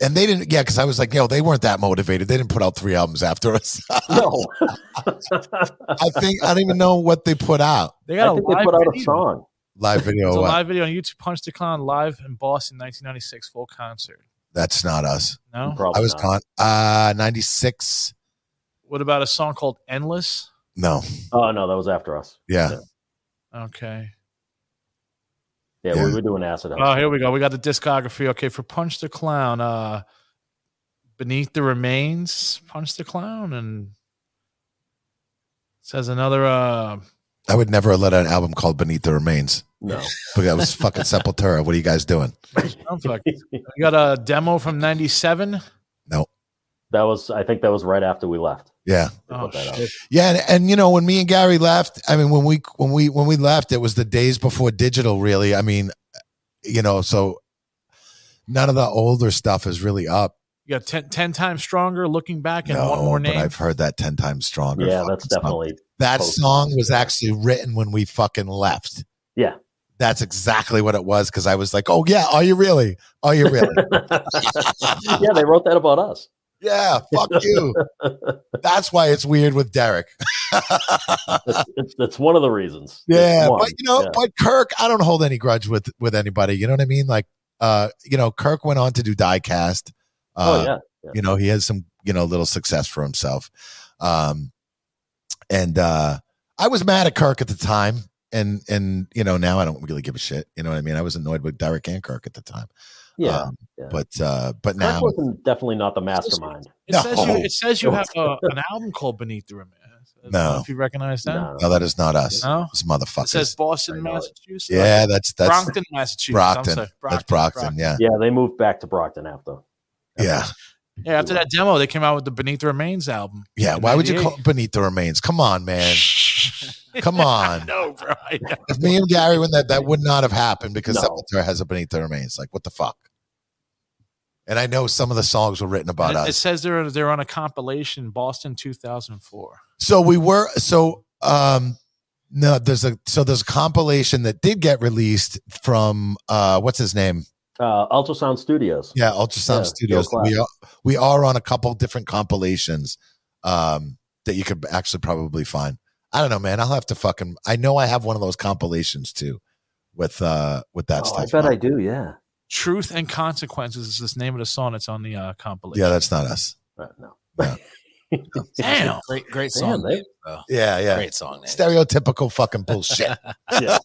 and they didn't. Yeah, because I was like, yo, they weren't that motivated. They didn't put out three albums after us.
No,
I think I don't even know what they put out.
They got
I
a
think they
live
put out a
video.
song.
Live video.
It's
or
a
what?
live video on YouTube. Punch the Clown live in Boston, 1996, full concert.
That's not us.
No,
Probably
I was
not.
gone. Uh, ninety six.
what about a song called "Endless"?
No.
Oh no, that was after us.
Yeah.
Okay.
Yeah,
Yeah.
we were doing acid. House.
Oh, here we go. We got the discography. Okay, for Punch the Clown, uh, Beneath the Remains, Punch the Clown, and says another. Uh,
I would never have let out an album called Beneath the Remains.
no,
But that was fucking Sepultura. What are you guys doing?
I'm fuck- we got a demo from '97.
that was. I think that was right after we left.
Yeah.
They
Oh
put that out.
shit!
Yeah, and, and you know when me and Gary left, I mean when we when we when we left, it was the days before digital. Really, I mean, you know, so none of the older stuff is really up.
You got ten, 10 times stronger. Looking back, and
no,
one more
but
name.
I've heard that ten times stronger.
Yeah,
Fucking
that's
song.
definitely.
that
post-
song was actually written when we fucking left.
Yeah.
that's exactly what it was because I was like, oh yeah, are you really? Are you really?
yeah, they wrote that about us.
yeah, fuck you. That's why it's weird with Derek.
It's, it's, it's one of the reasons. It's
Yeah,
one.
but you know,
Yeah.
but Kirk, I don't hold any grudge with with anybody. You know what I mean? Like, uh, you know, Kirk went on to do diecast. Uh,
oh yeah,
You know, he has some you know little success for himself. Um, and uh, I was mad at Kirk at the time, and and you know now I don't really give a shit. You know what I mean? I was annoyed with Derek and Kirk at the time.
yeah.
um,
yeah.
but uh, but
Kirk
now
wasn't definitely not the mastermind.
It says you.
No.
It says you have a, an album called "Beneath the Remains." I don't know
No.
if you recognize that.
No.
no, that is not us.
No?
It's
It says
motherfuckers.
I
Boston,
know it.
Massachusetts.
Yeah, that's that's Brockton.
Brockton, Massachusetts. I'm
Brockton.
sorry,
That's Brockton. Yeah,
Yeah, they moved back to Brockton after.
yeah.
Yeah, after that demo, they came out with the Beneath the Remains album.
Yeah,
in
why would you
98.
call it beneath the remains? Come on, man. Come on.
no, bro. I know.
If me and Gary went that, that would not have happened because
No.
Sepultura has a beneath the remains. Like, what the fuck? And I know some of the songs were written about
And it, it
us.
says they're they're on a compilation, Boston 2004.
So we were so um no, there's a so there's a compilation that did get released from uh what's his name?
Uh, Ultrasound Studios.
Yeah, Ultrasound
Yeah,
Studios.
Joe Clapp.
We are we are on a couple different compilations um that you could actually probably find. I don't know, man. I'll have to fucking I know I have one of those compilations too with uh with that
Oh, I
stuff.
bet I do. Yeah.
Truth and Consequences is this name of the song that's on the uh, compilation.
yeah, that's not us.
Uh, no.
Yeah.
Damn.
Great, great
Damn,
song.
they-
name, bro.
Yeah, yeah.
Great song name.
Stereotypical fucking bullshit.
Yeah.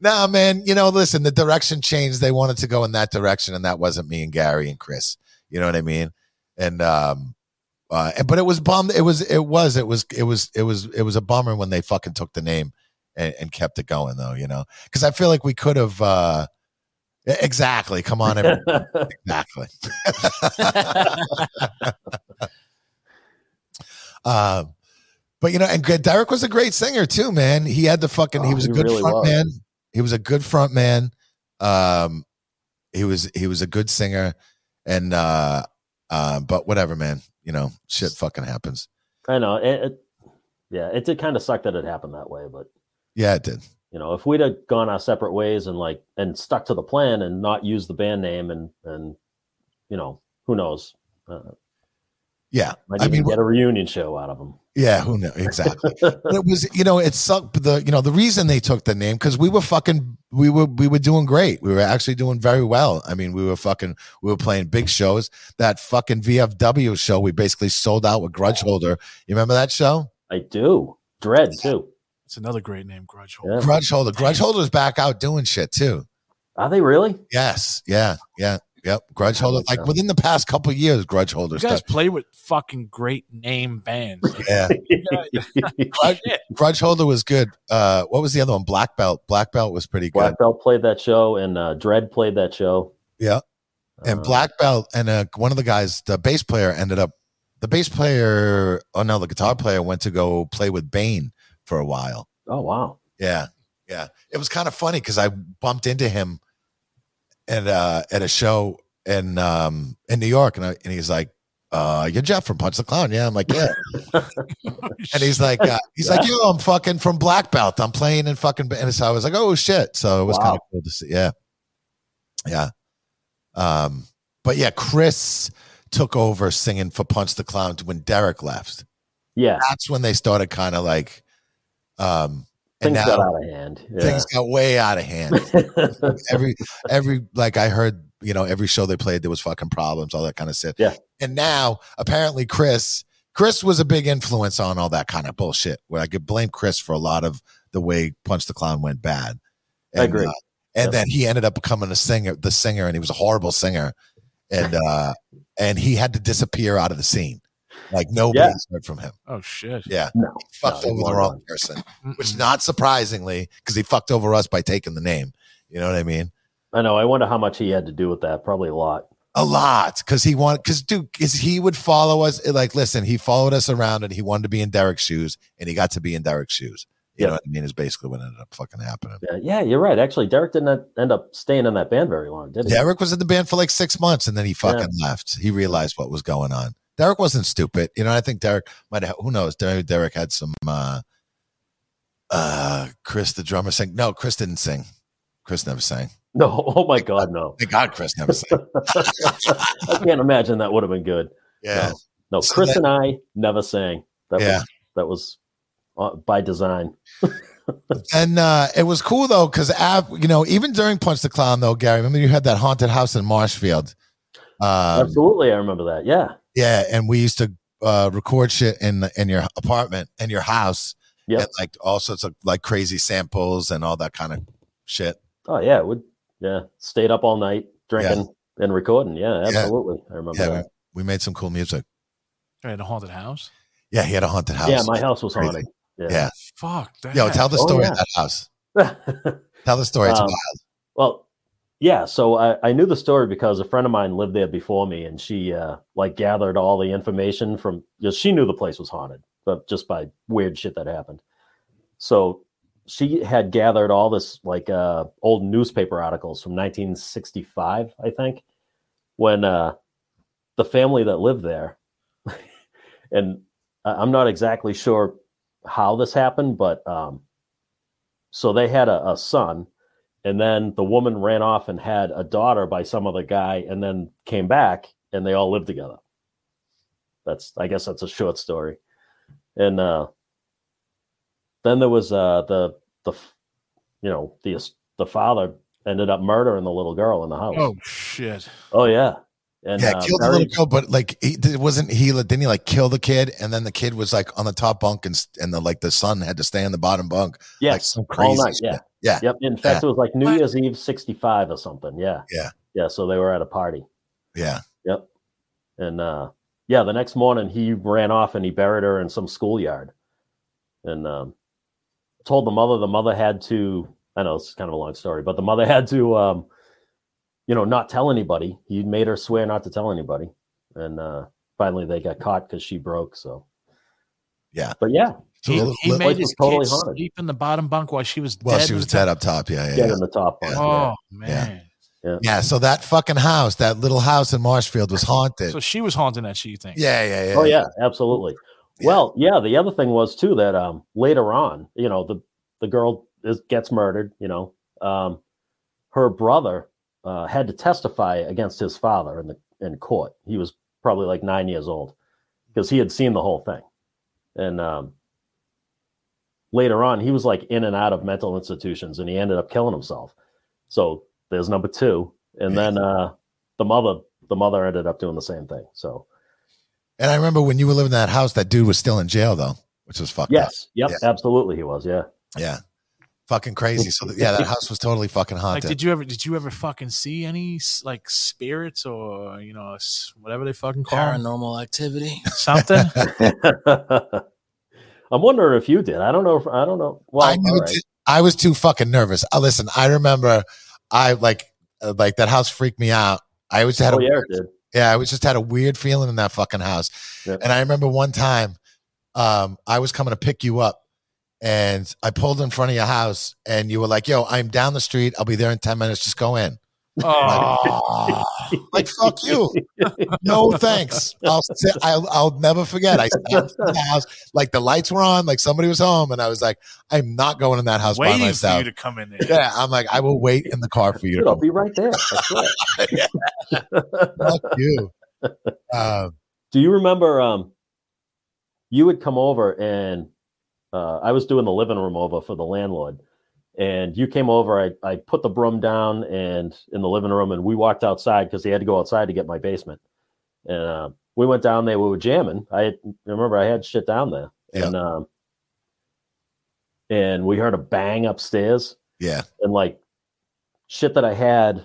Nah, man. You know, listen, the direction changed. They wanted to go in that direction, and that wasn't me and Gary and Chris. You know what I mean? And um, uh, and- but it was bummed. It was, it was, it was, it was, it was, it was a bummer when they fucking took the name and, and kept it going, though. You know, because I feel like we could have. uh e- Exactly. Come on, everybody. exactly. um, but you know, and good- Derek was a great singer too, man. He had the fucking. he
Oh,
was a
he
good
really
front
was.
man. He was a good front man. Um, he was he was a good singer, and uh, uh, but whatever, man. You know, shit fucking happens.
I know. It, it, yeah, it did kind of suck that it happened that way, but
Yeah, it did.
you know, if we'd have gone our separate ways and like and stuck to the plan and not used the band name and and you know who knows,
Yeah,
might
I
even
mean,
get a reunion show out of them.
yeah. Who knows exactly? But it was you know it sucked the you know the reason they took the name because we were fucking we were we were doing great we were actually doing very well i mean we were fucking we were playing big shows that fucking vfw show we basically sold out with grudge holder you remember that show
I do. Dread too.
It's another great name, Grudge Hole.
Yeah.
Grudge holder. Grudge holder's back out doing shit too.
Are they really?
Yes. Yeah. Yeah. Yep. Grudge holder. Like within the past couple of years, grudge holder
You guys
stuff.
play with fucking great name bands.
Yeah. Grudge,
Shit.
grudge holder was good. Uh, what was the other one? Black belt. Black belt was pretty good.
Black Belt played that show, and uh, Dread played that show.
Yeah. and
Uh,
black belt and uh, one of the guys the bass player ended up the bass player oh no the guitar player went to go play with bane for a while
Oh wow.
yeah yeah it was kind of funny because i bumped into him at uh at a show in um in new york and, I, and he's like uh you're jeff from punch the clown yeah i'm like yeah and he's like uh, he's like yo i'm fucking from black belt i'm playing in fucking and so i was like oh shit so it was
Wow.
kind of cool to see yeah yeah um but yeah chris took over singing for punch the clown when derek left
Yeah,
that's when they started kind of like um and
things
now
got out of hand. Yeah.
things got way out of hand every every like I heard, you know, every show they played there was fucking problems, all that kind of shit.
Yeah.
And now apparently Chris Chris was a big influence on all that kind of bullshit. Where I could blame Chris for a lot of the way Punch the Clown went bad.
I agree.
uh, and
Yep.
then he ended up becoming a singer, the singer, and he was a horrible singer. And uh and he had to disappear out of the scene. Like nobody's heard from him.
oh shit.
Yeah.
No,
He fucked
no, he
over the
won't.
wrong person. Which
Mm-mm.
not surprisingly, because he fucked over us by taking the name. You know what I mean?
I know. I wonder how much he had to do with that. Probably a lot.
a lot because he wanted because dude because he would follow us eh, like listen he followed us around and he wanted to be in derek's shoes and he got to be in derek's shoes you
Yeah.
know what i mean is basically what ended up fucking happening
Yeah, yeah, you're right. Actually, Derek didn't end up staying in that band very long, did he?
derek was in the band for like six months and then he fucking left he realized what was going on derek wasn't stupid you know i think derek might have who knows derek, derek had some uh uh chris the drummer sang no chris didn't sing chris never sang
No. Oh my God, no.
thank god chris never sang
I can't imagine that would have been good.
yeah
No,
So
Chris
that-
and I never sang. That
Yeah.
was that was uh, by design.
And uh, it was cool though, because you know, even during Punch the Clown though, Gary, remember you had that haunted house in Marshfield. Um,
Absolutely, I remember that. Yeah,
yeah, and we used to uh, record shit in in your apartment, in your house,
Yep.
and, like all sorts of like crazy samples and all that kind of shit.
Oh yeah, it would yeah. Stayed up all night drinking and recording. Yeah,
Yeah.
absolutely. I remember
Yeah,
that.
we made some cool music.
Right, a haunted house.
Yeah, he had a haunted house.
yeah, my house was
Crazy.
haunted.
Yeah.
Yeah.
Fuck that.
Yo, tell the
Oh,
story
yeah.
of that house. Tell the story. It's
Um,
wild.
well, yeah, so I, I knew the story because a friend of mine lived there before me and she uh like gathered all the information from you know, she knew the place was haunted, but just by weird shit that happened. So she had gathered all this like uh old newspaper articles from 1965, I think, when uh the family that lived there and I- I'm not exactly sure how this happened, but um, so they had a, a son, and then the woman ran off and had a daughter by some other guy, and then came back, and they all lived together. That's, I guess, that's a short story, and uh, then there was uh, the the, f- you know, the es- the father ended up murdering the little girl in the house.
Oh shit.
Oh, yeah, and
yeah,
uh,
killed the
very-
little girl, but like, he, did- wasn't he? like, Didn't he like kill the kid? And then the kid was like on the top bunk, and s- and the like the son had to stay on the bottom bunk. like
yes,
some crazy
all night,
shit.
yeah.
Yeah.
Yep. In fact, it was like New Year's Eve '65 or something. Yeah.
Yeah.
Yeah. So they were at a party,
Yeah.
and uh, yeah, the next morning he ran off and he buried her in some schoolyard, and um, told the mother. The mother had to. I know it's kind of a long story, but the mother had to, um, you know, not tell anybody. He made her swear not to tell anybody, and uh, finally they got caught because she broke. So.
Yeah.
But yeah,
So
he,
little-
he
little-
made
place
his
was totally
kid
haunted.
sleep in the bottom bunk while she was
well,
dead.
she was
with the-
dead up top. Yeah, yeah,
get
yeah.
in the top. bunk,
Oh
Yeah.
man.
Yeah, So that fucking house, that little house in Marshfield, was haunted.
So she was haunting that shit, you think?
yeah, yeah, yeah.
Oh yeah, absolutely.
Yeah.
Well, yeah, the other thing was too that um later on, you know, the the girl is gets murdered, you know. Um her brother uh, had to testify against his father in the in court. He was probably like 9 years old because he had seen the whole thing. And um later on he was like in and out of mental institutions and he ended up killing himself. So there's number 2 and
Yeah.
then uh the mother the mother ended up doing the same thing. So
And I remember when you were living in that house, that dude was still in jail though, which was fucked up.
Yes. Yep.
Yes.
Absolutely, he was. Yeah.
Yeah. Fucking crazy. So yeah, that house was totally fucking
Like,
haunted.
did you ever did you ever fucking see any s- like spirits or you know s- whatever they fucking call 'em?
Paranormal activity.
something?
I'm wondering if you did. I don't know. If, I don't know. Well,
I, knew
all right.
t- I was too fucking nervous. Uh, listen, I remember I like uh, like that house freaked me out. I always had
oh
a
yeah, it did.
yeah, I was just had a weird feeling in that fucking house.
Yeah.
And I remember one time um I was coming to pick you up and I pulled in front of your house and you were like, "Yo, I'm down the street. I'll be there in 10 minutes. Just go in."
oh,
Like, fuck you. No thanks. I'll sit, I'll, I'll never forget. I stopped in the house like the lights were on, like somebody was home and I was like, "I'm not going in that house by
waiting for
myself."
you to come in there.
Yeah, I'm like, I will wait in the car for you.
Dude, I'll be right there. I swear.
Fuck you. Um,
Do you remember? Um, you would come over, and uh, I was doing the living room over for the landlord, and you came over. I I put the broom down and in the living room, and we walked outside because he had to go outside to get my basement, and uh, we went down there. We were jamming. I had- remember I had shit down there, and um, and we heard a bang upstairs,
yeah,
and like shit that I had,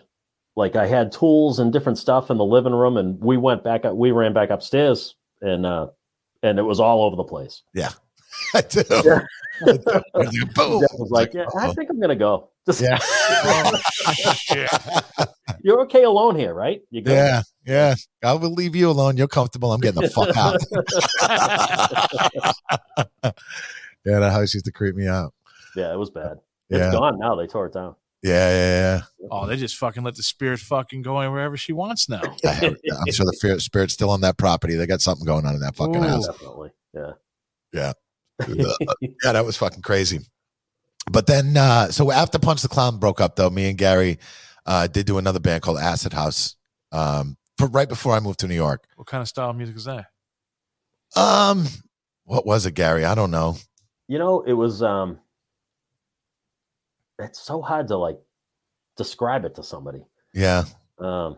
like I had tools and different stuff in the living room, and we went back up, we ran back upstairs, and uh, and it was all over the place.
I do.
Yeah.
I do. I was like, boom.
Jeff was like, "Yeah, I
uh-oh.
think I'm gonna go. Just-
Uh-huh. yeah,
Oh, shit.
You're okay alone here, right? You good?
yeah, yeah. I will leave you alone. You're comfortable. I'm getting the fuck out. yeah, that house used to creep me out.
Yeah, it was bad.
Yeah.
It's gone now. They tore it down.
Yeah, yeah,
Oh, they just fucking let the spirit fucking go in wherever she wants now.
yeah. I have- I'm sure the fear, spirit's still on that property. They got something going on in that fucking
Ooh.
house.
Definitely. Yeah.
yeah, that was fucking crazy. But then, uh, so after Punch the Clown broke up, though, me and Gary uh, did do another band called Acid House. Um, for right before I moved to New York.
What kind of style of music is that?
Um, what was it, Gary? I don't know.
You know, it was. um It's so hard to like describe it to somebody.
Yeah, Oh,
Um,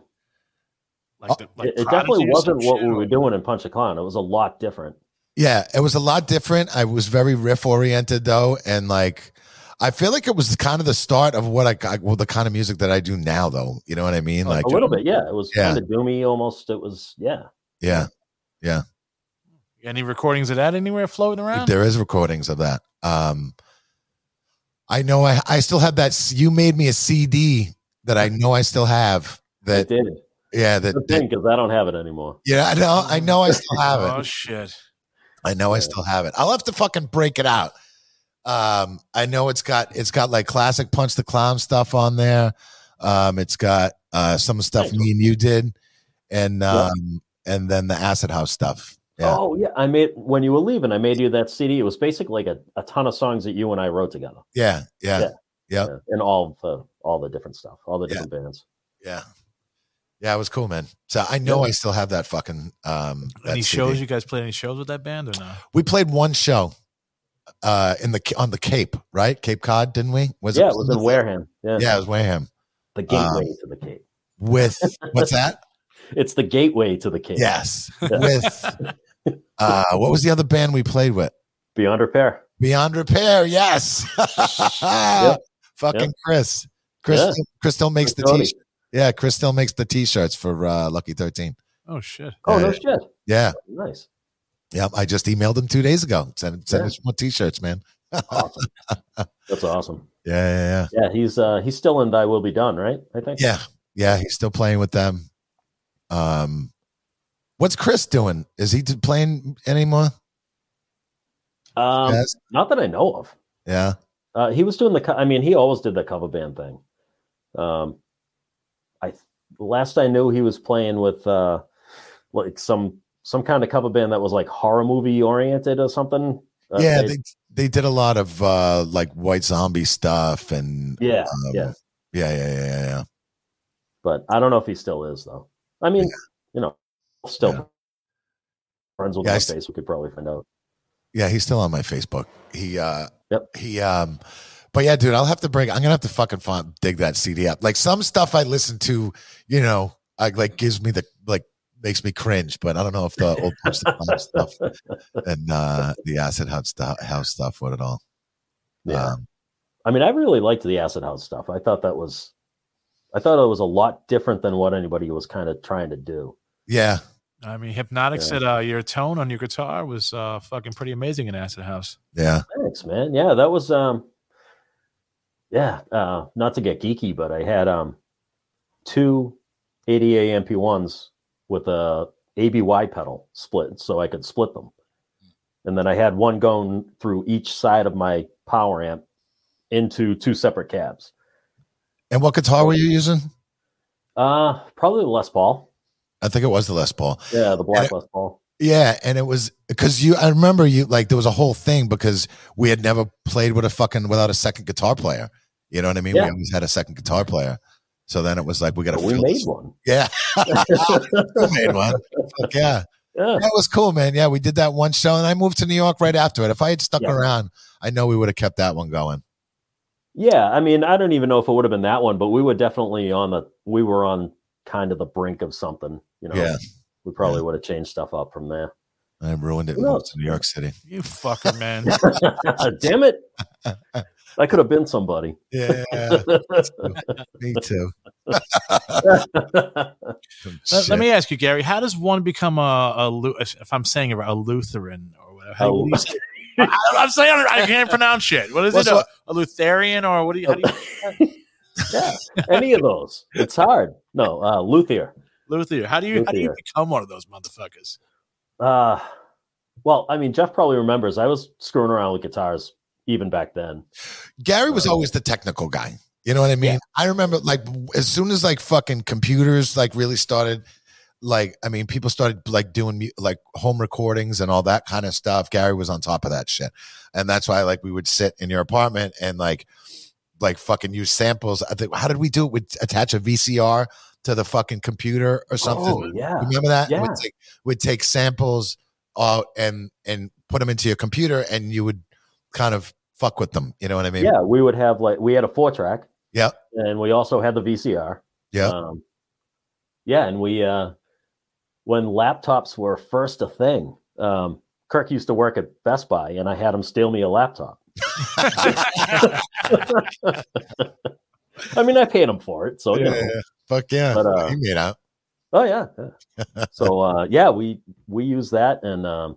Like, the, like
it, it definitely
Prodigy or some
wasn't what
shit,
we
or-
were doing in Punch a Clown. It was a lot different.
yeah. It was a lot different. I was very riff oriented though, and like, I feel like it was kind of the start of what I got, well, the kind of music that I do now, though. You know what I mean? Like
a little bit, yeah. It was
Yeah.
kind of doomy almost. It was, yeah.
Yeah,
Any recordings of that anywhere floating around?
There is recordings of that. Um, I know I, I still have that. s- You made me a CD that I know I still have.
I
That
did.
yeah, that,
Good
that-
thing because I don't have it anymore.
yeah. I know I know I still have
Oh
it.
shit!
I know I still have it. I'll have to fucking break it out. Um, I know it's got it's got like classic Punch the Clown stuff on there. Um, it's got uh some stuff me and you did, and
Yeah.
um and then the Acid House stuff. Yeah.
Oh yeah, I made when you were leaving. I made you that CD. It was basically like a, a ton of songs that you and I wrote together,
Yeah, yeah,
Yeah.
Yep.
yeah, and all the all the different stuff, all the
Uh Yeah.
different bands.
Yeah. Yeah, it was cool, man. So I know I still have that fucking um that
Any
CD.
shows? You guys played any shows with that band or no?
we played one show uh in the on the Cape, right? Cape Cod, didn't we? Was
yeah, it was in Wareham. Yeah,
Yeah, um it was Wareham.
the gateway to the Cape.
With what's that?
It's the gateway to the Cape.
Yes. With uh what was the other band we played with?
beyond repair.
Beyond Repair, yes. Fucking
Yep.
Chris. Chris
Yeah.
Chris still makes the
Tony.
t Yeah, Chris still makes the t shirts for uh Lucky Thirteen.
Oh shit!
Oh
Yeah.
no shit!
Yeah.
Nice.
Yep. I just emailed him two days ago. Send send
Yeah.
us more t shirts, man.
Awesome. That's awesome.
Yeah, yeah, yeah.
Yeah, he's uh he's still in Thy Will Be Done, right? I think.
Yeah. Yeah. He's still playing with them. Um, what's Chris doing? Is he t- playing anymore?
Um,
Yes.
not that I know of.
Yeah.
Uh, he was doing the. co- I mean, he always did the cover band thing. Um, I th- last I knew he was playing with uh, like some some kind of cover band that was like horror movie oriented or something. Uh,
yeah.
they-
They, they did a lot of uh, like white zombie stuff and
yeah,
um,
yeah.
yeah, yeah, yeah, yeah, yeah.
But I don't know if he still is though. I mean, you know, still
Yeah.
friends with
Yeah, I
my
s-
face. We could probably find out.
Yeah, he's still on my Facebook. He uh
Yep.
he um but yeah, dude, I'll have to break. I'm gonna have to fucking find, dig that CD up. Like some stuff I listen to, you know, I, like gives me the like makes me cringe. But I don't know if the old Punch the Clown stuff and uh the Acid House stuff, house stuff would at all.
Yeah.
Um,
I mean, I really liked the acid house stuff. I thought that was, I thought it was a lot different than what anybody was kind of trying to do.
yeah.
I mean, Hypnotic
Yeah.
said uh, your tone on your guitar was uh, fucking pretty amazing in Acid House.
Yeah.
Thanks, man. Yeah, that was, um, yeah, uh, not to get geeky, but I had um, two ADA MP1s with a ABY pedal split so I could split them. And then I had one going through each side of my power amp into two separate cabs.
And what guitar were you using?
Uh, probably the Les Paul.
I think it was the Les Paul.
Yeah, the black Les Paul.
Yeah, and it was because you. I remember you like there was a whole thing because we had never played with a fucking without a second guitar player. You know what I mean? We
Yeah.
always had a second guitar player. So then it was like we got to
We
fill
made
this.
one.
Yeah, we made one. Fuck yeah,
yeah.
that was cool, man. Yeah, we did that one show, and I moved to New York right after it. If I had stuck
Yeah.
around, I know we would have kept that one going.
Yeah, I mean, I don't even know if it would have been that one, but we were definitely on the we were on kind of the brink of something, you know.
Yeah.
We probably would have changed stuff up from there.
I ruined it.
Who
and moved
knows?
to New York City.
You fucker, man.
Damn it. That could have been somebody.
Yeah, me too.
yeah,
let,
Shit.
let me ask you, Gary, how does one become a, a Lu- if, if I'm saying it right, a Lutheran or whatever? How do you
Oh.
say- I, I'm saying it right, I can't pronounce shit. What is
What's
it? A,
what-
a Lutheran or what do you, how do you
any of those. It's hard. No, uh Luthier.
Luthier? How do you how do you
Luthier.
become one of those motherfuckers?
Uh well, I mean, Jeff probably remembers I was screwing around with guitars even back then.
Gary was
Uh,
always the technical guy. You know what I mean? I remember like as soon as like fucking computers like really started like I mean people started like doing mu- like home recordings and all that kind of stuff. Gary was on top of that shit. And that's why like we would sit in your apartment and like like fucking use samples. I think how did we do it? We'd attach a VCR to the fucking computer or something.
Oh, yeah.
Remember that?
Yeah.
We'd take, we'd take samples out and and put them into your computer and you would kind of fuck with them. You know what I mean?
Yeah, we would have like we had a four track.
Yeah.
And we also had the VCR.
Yeah.
Um, yeah, and we uh when laptops were first a thing, um Kirk used to work at Best Buy and I had him steal me a laptop. I mean, I paid him for it, so you know.
Fuck yeah.
But, uh,
you made out.
Oh yeah. yeah. so uh yeah, we we use that and um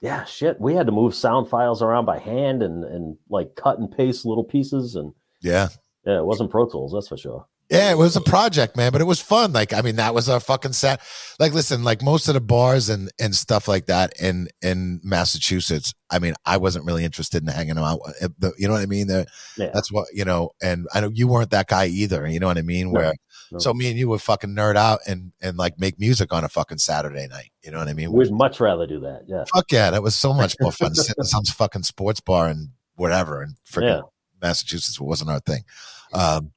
yeah, shit, we had to move sound files around by hand and and like cut and paste little pieces and
Yeah.
yeah, it wasn't Pro Tools, that's for sure.
Yeah, it was a project, man, but it was fun. Like, I mean, that was our fucking set. Like, listen, like most of the bars and and stuff like that in in Massachusetts. I mean, I wasn't really interested in hanging out. uh, the- You know what I mean? The-
Yeah.
That's what you know. And I know you weren't that guy either. You know what I mean?
No,
Where
no.
so me and you would fucking nerd out and and like make music on a fucking Saturday night. You know what I mean?
We'd much rather do that. Yeah.
Fuck yeah, that was so much more fun. Sit in some fucking sports bar and whatever, and freaking
Yeah.
Massachusetts wasn't our thing. Um,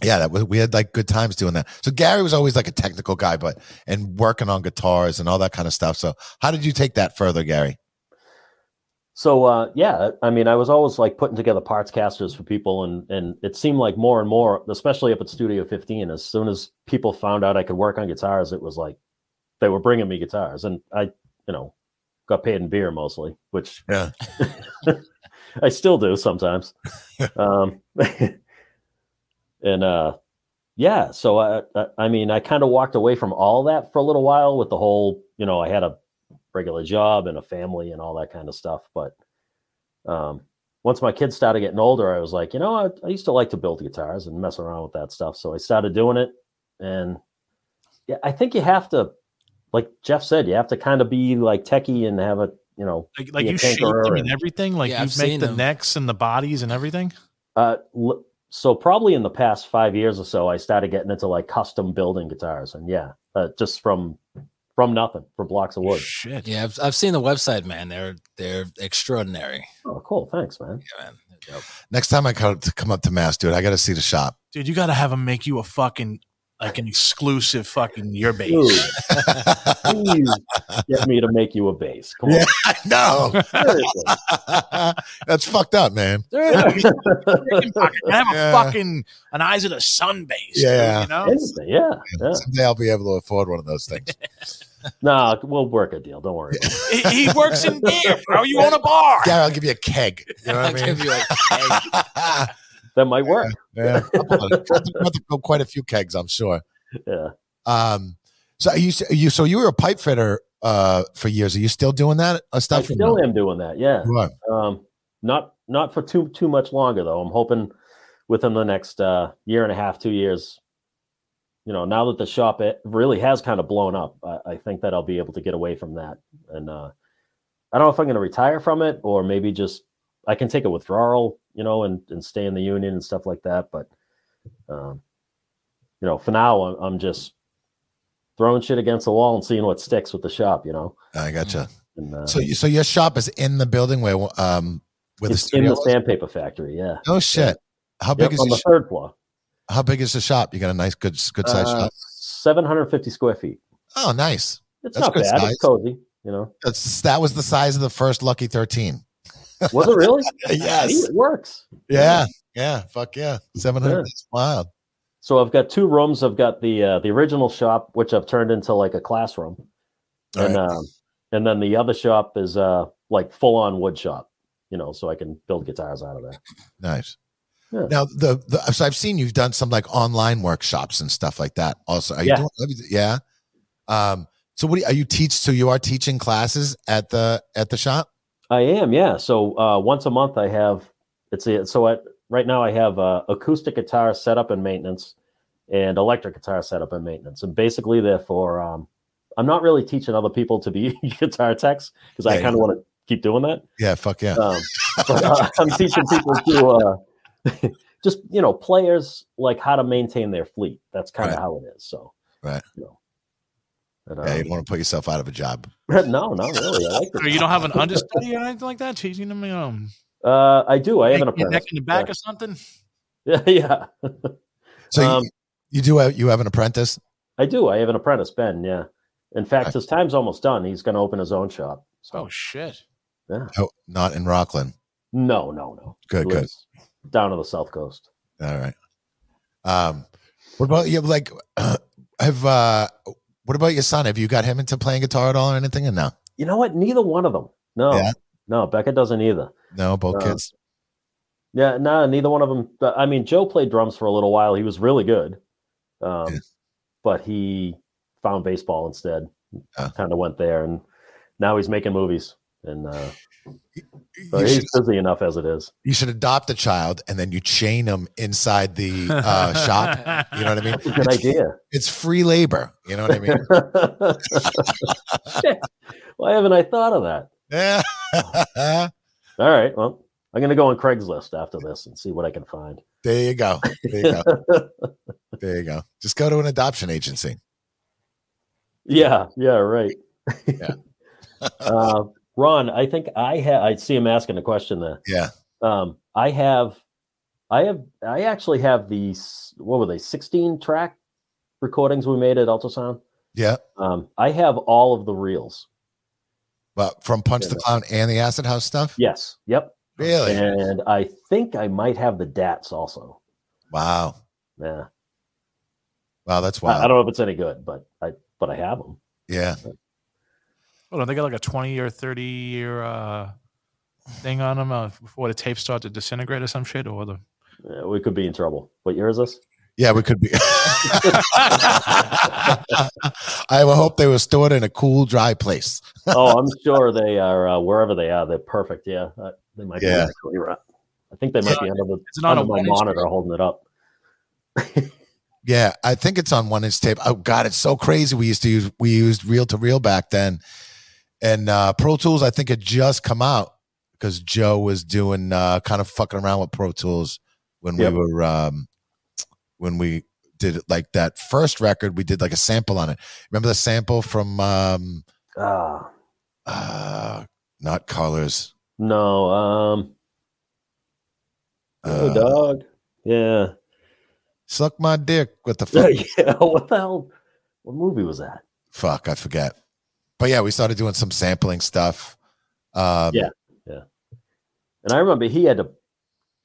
yeah, that was, we had like good times doing that. So Gary was always like a technical guy, but and working on guitars and all that kind of stuff. So how did you take that further, Gary?
So uh, yeah, I mean, I was always like putting together parts casters for people, and and it seemed like more and more, especially up at Studio 15, as soon as people found out I could work on guitars, it was like they were bringing me guitars, and I, you know, got paid in beer mostly, which
Yeah.
I still do sometimes. um, and uh, yeah, so I, I, I mean, I kind of walked away from all that for a little while with the whole, you know, I had a regular job and a family and all that kind of stuff. But um, once my kids started getting older, I was like, you know, I, I used to like to build guitars and mess around with that stuff. So I started doing it. And yeah, I think you have to, like Jeff said, you have to kind of be like techie and have a, you know,
Like, like
Yeah,
you shape them
Tangerarian.
and everything? Like
Yeah,
you
I've
make
seen
the
them.
necks and the bodies and everything?
uh, l- so probably in the past five years or so, I started getting into like custom building guitars. And yeah, uh, just from, from nothing, from blocks of wood.
Shit.
Yeah, I've, I've seen the website, man. They're they're extraordinary.
Oh, cool. Thanks, man.
Yeah, man. They're dope.
Next time I come to come up to Mass, dude, I got to see the shop.
Dude, you gotta have them make you a fucking like an exclusive fucking your base.
Dude, please get me to make you a bass. Come on.
no,
Seriously.
that's fucked up, man.
Fucking pocket. I have
Yeah.
a fucking an eyes at a sun base. dude,
Yeah.
you know?
Anything, yeah, yeah.
Someday I'll be able to afford one of those things.
nah, we'll work a deal. Don't worry. about it.
He, he works in beer, bro. You own a bar.
Yeah, I'll give you a keg. You know
I
what I
give
mean?
you like
That might work.
yeah, a couple of- I'll have to go quite a few kegs, I'm sure.
Yeah.
Um, so you, you, so you were a pipe fitter uh, for years. Are you still doing that uh,
I
stuff?
still am doing that. Yeah.
You are.
Um, not not for too too much longer though. I'm hoping within the next uh, year and a half, two years. You know, now that the shop it really has kind of blown up, I, I think that I'll be able to get away from that. And uh, I don't know if I'm going to retire from it or maybe just I can take a withdrawal, you know, and and stay in the union and stuff like that. But um, you know, for now, I'm, I'm just throwing shit against the wall and seeing what sticks with the shop. You know,
I gotcha.
and uh,
So, you, so your shop is in the building where um, where the
it's in
studio.
the
is?
sandpaper factory. Yeah,
No shit. How big
Yep,
is
on
your
the
shop?
third floor.
How big is the shop? You got a nice, good, good size
Uh,
shop.
750 square feet.
Oh, nice.
It's
That's
not
good
bad.
size.
It's cozy, you know.
That's that was the size of the first Lucky Thirteen.
Was it really?
Yes.
See, it works.
Yeah. Yeah. Fuck yeah. Seven hundred.
Yeah.
That's wild.
So I've got two rooms. I've got the uh, the original shop, which I've turned into like a classroom,
All
and
right.
um, and then the other shop is uh like full on wood shop, you know, so I can build guitars out of there.
Nice.
Yeah.
Now the, the so I've seen you've done some like online workshops and stuff like that. Also, are you
Yeah.
doing? Yeah. Um. So what do you, are you teach? So you are teaching classes at the at the shop.
I am, yeah. So uh, once a month, I have it's a, so I, right now I have uh, acoustic guitar setup and maintenance, and electric guitar setup and maintenance, and basically they're for. Um, I'm not really teaching other people to be guitar techs because I
Yeah,
kind of want to keep doing that.
Yeah. Fuck yeah.
Um, but uh, I'm teaching people to uh, just you know players like how to maintain their fleet. That's kind of
Right.
how it is. So
Right.
You know. And,
yeah. You
um,
don't want to put yourself out of a job.
no, not really. I like
So
this.
you don't have an understudy or anything like that? Teaching them, you know, um,
Uh, I do. I have an
neck- neck
apprentice.
in the back
Yeah.
or something?
Yeah, yeah.
So
Um,
you, you do have, you have an apprentice.
I do. I have an apprentice, Ben. Yeah. In fact,
Right.
his time's almost done. He's going to open his own shop. So
Oh shit!
Oh, not in Rockland.
no, no, no.
Good.
He
Good.
lives Down to the south coast.
All right. Um, what about you? Like, have uh, what about your son? Have you got him into playing guitar at all or anything? And no,
You know what? Neither one of them. No,
Yeah.
no. Becca doesn't either.
no, both
No.
kids.
Yeah, no, neither one of them. but, I mean, Joe played drums for a little while. He was really good, um,
Yeah.
but he found baseball instead.
Oh.
Kind of went there, and now he's making movies. And uh, so
You
he's
should,
busy enough as it is.
you should adopt a child and then you chain him inside the uh, shop. You know what I mean?
Good
It's-
idea.
It's free labor. You know what I mean?
Shit. Why haven't I thought of that?
yeah.
All right. Well, I'm going to go on Craigslist after this and see what I can find.
there you go. There you go. There you go. Just go to an adoption agency.
yeah. Yeah. Right.
Yeah.
uh, Ron, I think I have. I see him asking a question there.
Yeah.
Um, I have, I have, I actually have these. What were they? 16 track recordings we made at Ultrasound.
Yeah.
Um, I have all of the reels.
But from Punch the Clown and the Acid House stuff?
Yes. Yep.
Really?
And I think I might have the DATs also.
Wow.
Yeah.
Wow. That's
I, I
wild.
don't know if it's any good, but I but I have them.
Yeah.
Hold on, they got like a twenty or thirty year uh, thing on them uh, before the tapes start to disintegrate or some shit, or the
Yeah, we could be in trouble. What year is this?
Yeah, we could be. I would hope they were stored in a cool, dry place.
oh, I'm sure they are uh, wherever they are. They're perfect. Yeah, uh, they might
Yeah.
be. Actually, right. I think they might be under the
Is it on
under
a
my
one-inch
monitor holding it up.
Yeah, I think it's on one inch tape. Oh God, it's so crazy. We used to use we used reel to reel back then, and uh, Pro Tools. I think had just come out because Joe was doing uh, kind of fucking around with Pro Tools when
Yep.
we were um, when we did like that first record. We did like a sample on it. Remember the sample from um,
Ah,
uh, not Colors.
no. Um, oh,
Uh,
dog. Yeah.
Suck my dick. What the fuck?
yeah. What the hell? What movie was that?
fuck, I forget. But yeah, we started doing some sampling stuff. Um,
Yeah. And I remember he had to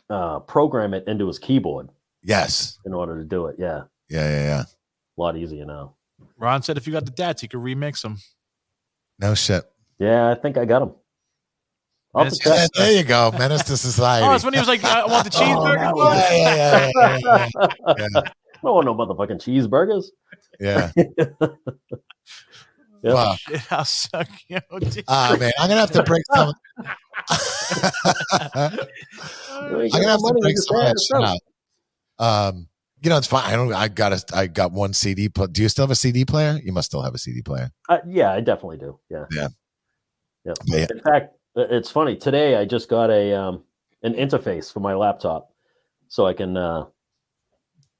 uh, program it into his keyboard
Yes.
in order to do it. Yeah,
Yeah. Yeah. Yeah.
a lot easier now.
Ron said if you got the dats, you could remix them.
No shit.
Yeah, I think I got him. I'll have to
That's-
check.
there you go. Menace to society.
Oh, that's when he was like, I want the
Oh,
cheeseburger.
that
Ron.
was-
yeah, yeah, yeah, yeah, yeah, yeah.
No one know motherfucking cheeseburgers.
yeah.
Yeah.
Fuck.
Shit, I'll suck you.
Ah, man, I'm gonna have to break some.
Well,
Dude.
you
I'm
got
gonna have to
money,
break
you
some of
can
that
try it
shit out. Um, you know, it's fine. I don't. I got a. I got one CD. Pl- Do you still have a CD player? You must still have a CD player.
Uh, yeah, I definitely do. Yeah.
Yeah.
Yep.
Yeah.
In fact, i- it's funny. Today I just got a um, an interface for my laptop, so I can uh,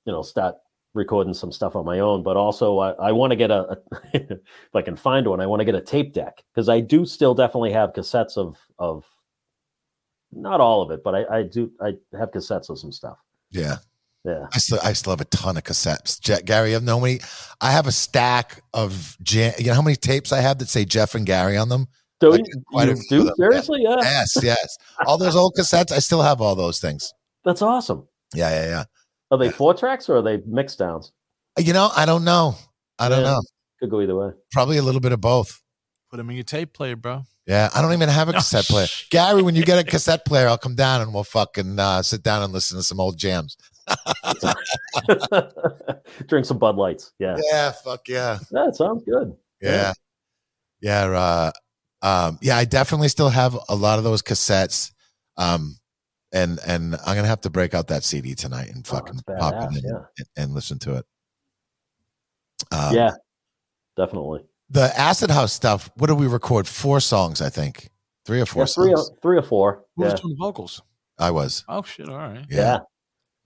you know start recording some stuff on my own. But also, I, I want to get a, a if I can find one, I want to get a tape deck because I do still definitely have cassettes of of not all of it, but I, I do I have cassettes of some stuff.
Yeah,
Yeah.
I still. I still have a ton of cassettes. Je- Gary, I've no many. I have a stack of. Jan- you know how many tapes I have that say Jeff and Gary on them?
Do
I
you,
got quite a
you
few
do
of them, yeah.
seriously? Yeah.
Yes, yes. All those old cassettes. I still have all those things.
That's awesome.
Yeah, yeah, yeah. Uh,
Are they four tracks or are they mixed downs?
You know, I don't know. I don't
Yeah.
know.
Could go either way.
Probably a little bit of both.
Put them in your tape player, bro.
Yeah, I don't even have
Oh,
a
No.
cassette player. Gary, when you get a cassette player, I'll come down and we'll fucking uh, sit down and listen to some old jams.
Drink some Bud Lights. Yeah.
Yeah, fuck yeah,
That sounds good.
yeah, yeah. uh, um, yeah, I definitely still have a lot of those cassettes, um, and and I'm gonna have to break out that CD tonight and
Oh,
fucking
that's
pop
badass,
it in
yeah.
and, and listen to it. Uh,
yeah, definitely.
the Acid House stuff. What did we record? Four songs, I think, three or four.
Yeah, three, or,
songs.
three or four.
Who
Yeah.
was doing vocals?
I was.
Oh shit! All right.
Yeah,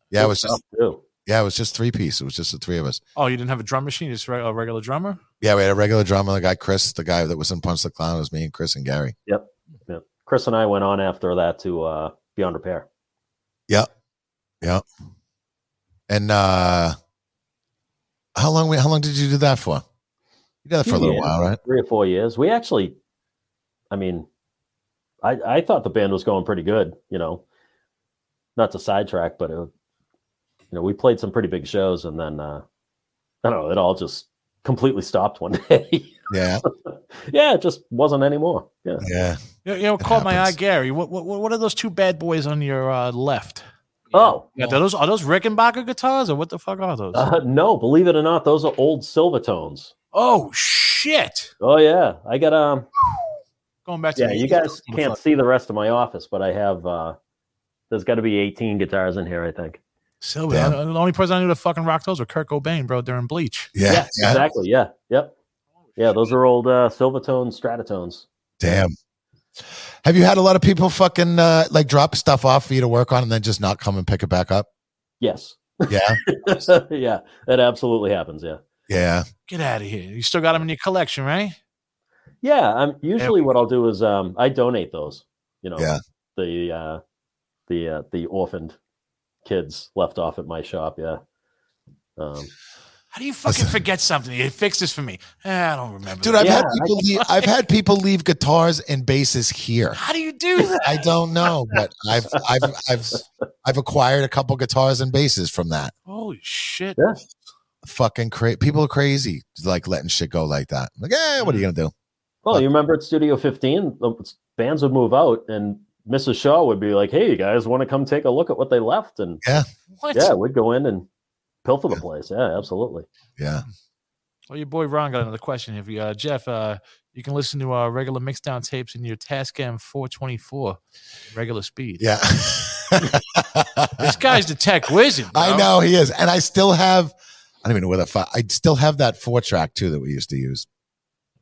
yeah. it
Good
was just
stuff, too.
yeah, it was just three piece. It was just the three of us.
Oh, you didn't have a drum machine? Just re- a regular drummer?
Yeah, we had a regular drummer, the guy Chris, the guy that was in Punch the Clown. It was me and Chris and Gary.
Chris and I went on after that to uh, Beyond Repair.
And uh how long? we How long did you do that for? You did that for a little
Yeah.
while, right?
Three or four years. We actually, I mean, I, I thought the band was going pretty good, you know, not to sidetrack, but, it, you know, we played some pretty big shows and then, uh, I don't know, it all just completely stopped one day.
Yeah,
yeah, it just wasn't anymore. Yeah.
yeah.
You, you know, what caught my eye,
happens.
Gary. What, what what are those two bad boys on your uh, left?
Oh,
Yeah, are those are those Rickenbacker guitars or what the fuck are those?
Uh, no, believe it or not, those are old Silvertones.
oh shit!
Oh yeah, I got um.
Going back to
Yeah,
the-
you guys can't see the rest of my office, but I have. uh There's got to be 18 guitars in here, I think.
Silver.
Damn.
uh, The only person I knew to fucking rock those were Kurt Cobain, bro. During Bleach.
Yeah, yeah.
exactly. Yeah, yep. Yeah, those are old uh, Silvertone Stratatones.
Damn. Have you had a lot of people fucking uh, like drop stuff off for you to work on and then just not come and pick it back up?
Yes.
Yeah,
yeah, that absolutely happens. Yeah.
yeah,
Get out of here. You still got them in your collection, right?
Yeah. I'm usually what I'll do is um I donate those. You know,
Yeah.
the uh the uh, the orphaned kids left off at my shop. Yeah. Um,
How do you fucking
Listen.
forget something? You fix this for me. Eh, I don't remember.
dude.
that.
I've had
Yeah, I-
people. leave, I've had people leave guitars and basses here.
How do you do that?
I don't know, but I've I've I've I've acquired a couple guitars and basses from that.
Holy shit!
Yeah.
fucking crazy. People are crazy, like letting shit go like that. Like, yeah, what are you
Mm.
gonna do?
Well, you remember at Studio 15, the bands would move out, and Mrs. Shaw would be like, "Hey, you guys want to come take a look at what they left?" And
What?
yeah, we'd go in and pilfer the
Yeah.
place. Yeah, absolutely.
Yeah,
Well, Oh, your boy Ron got another question. If you, uh, Jeff, uh, you can listen to our regular mixdown tapes in your Tascam 424 regular speed.
yeah.
Mm. This guy's the tech wizard.
I
bro.
know he is, and I still have. I don't even know where the fuck. I still have that four track too that we used to use.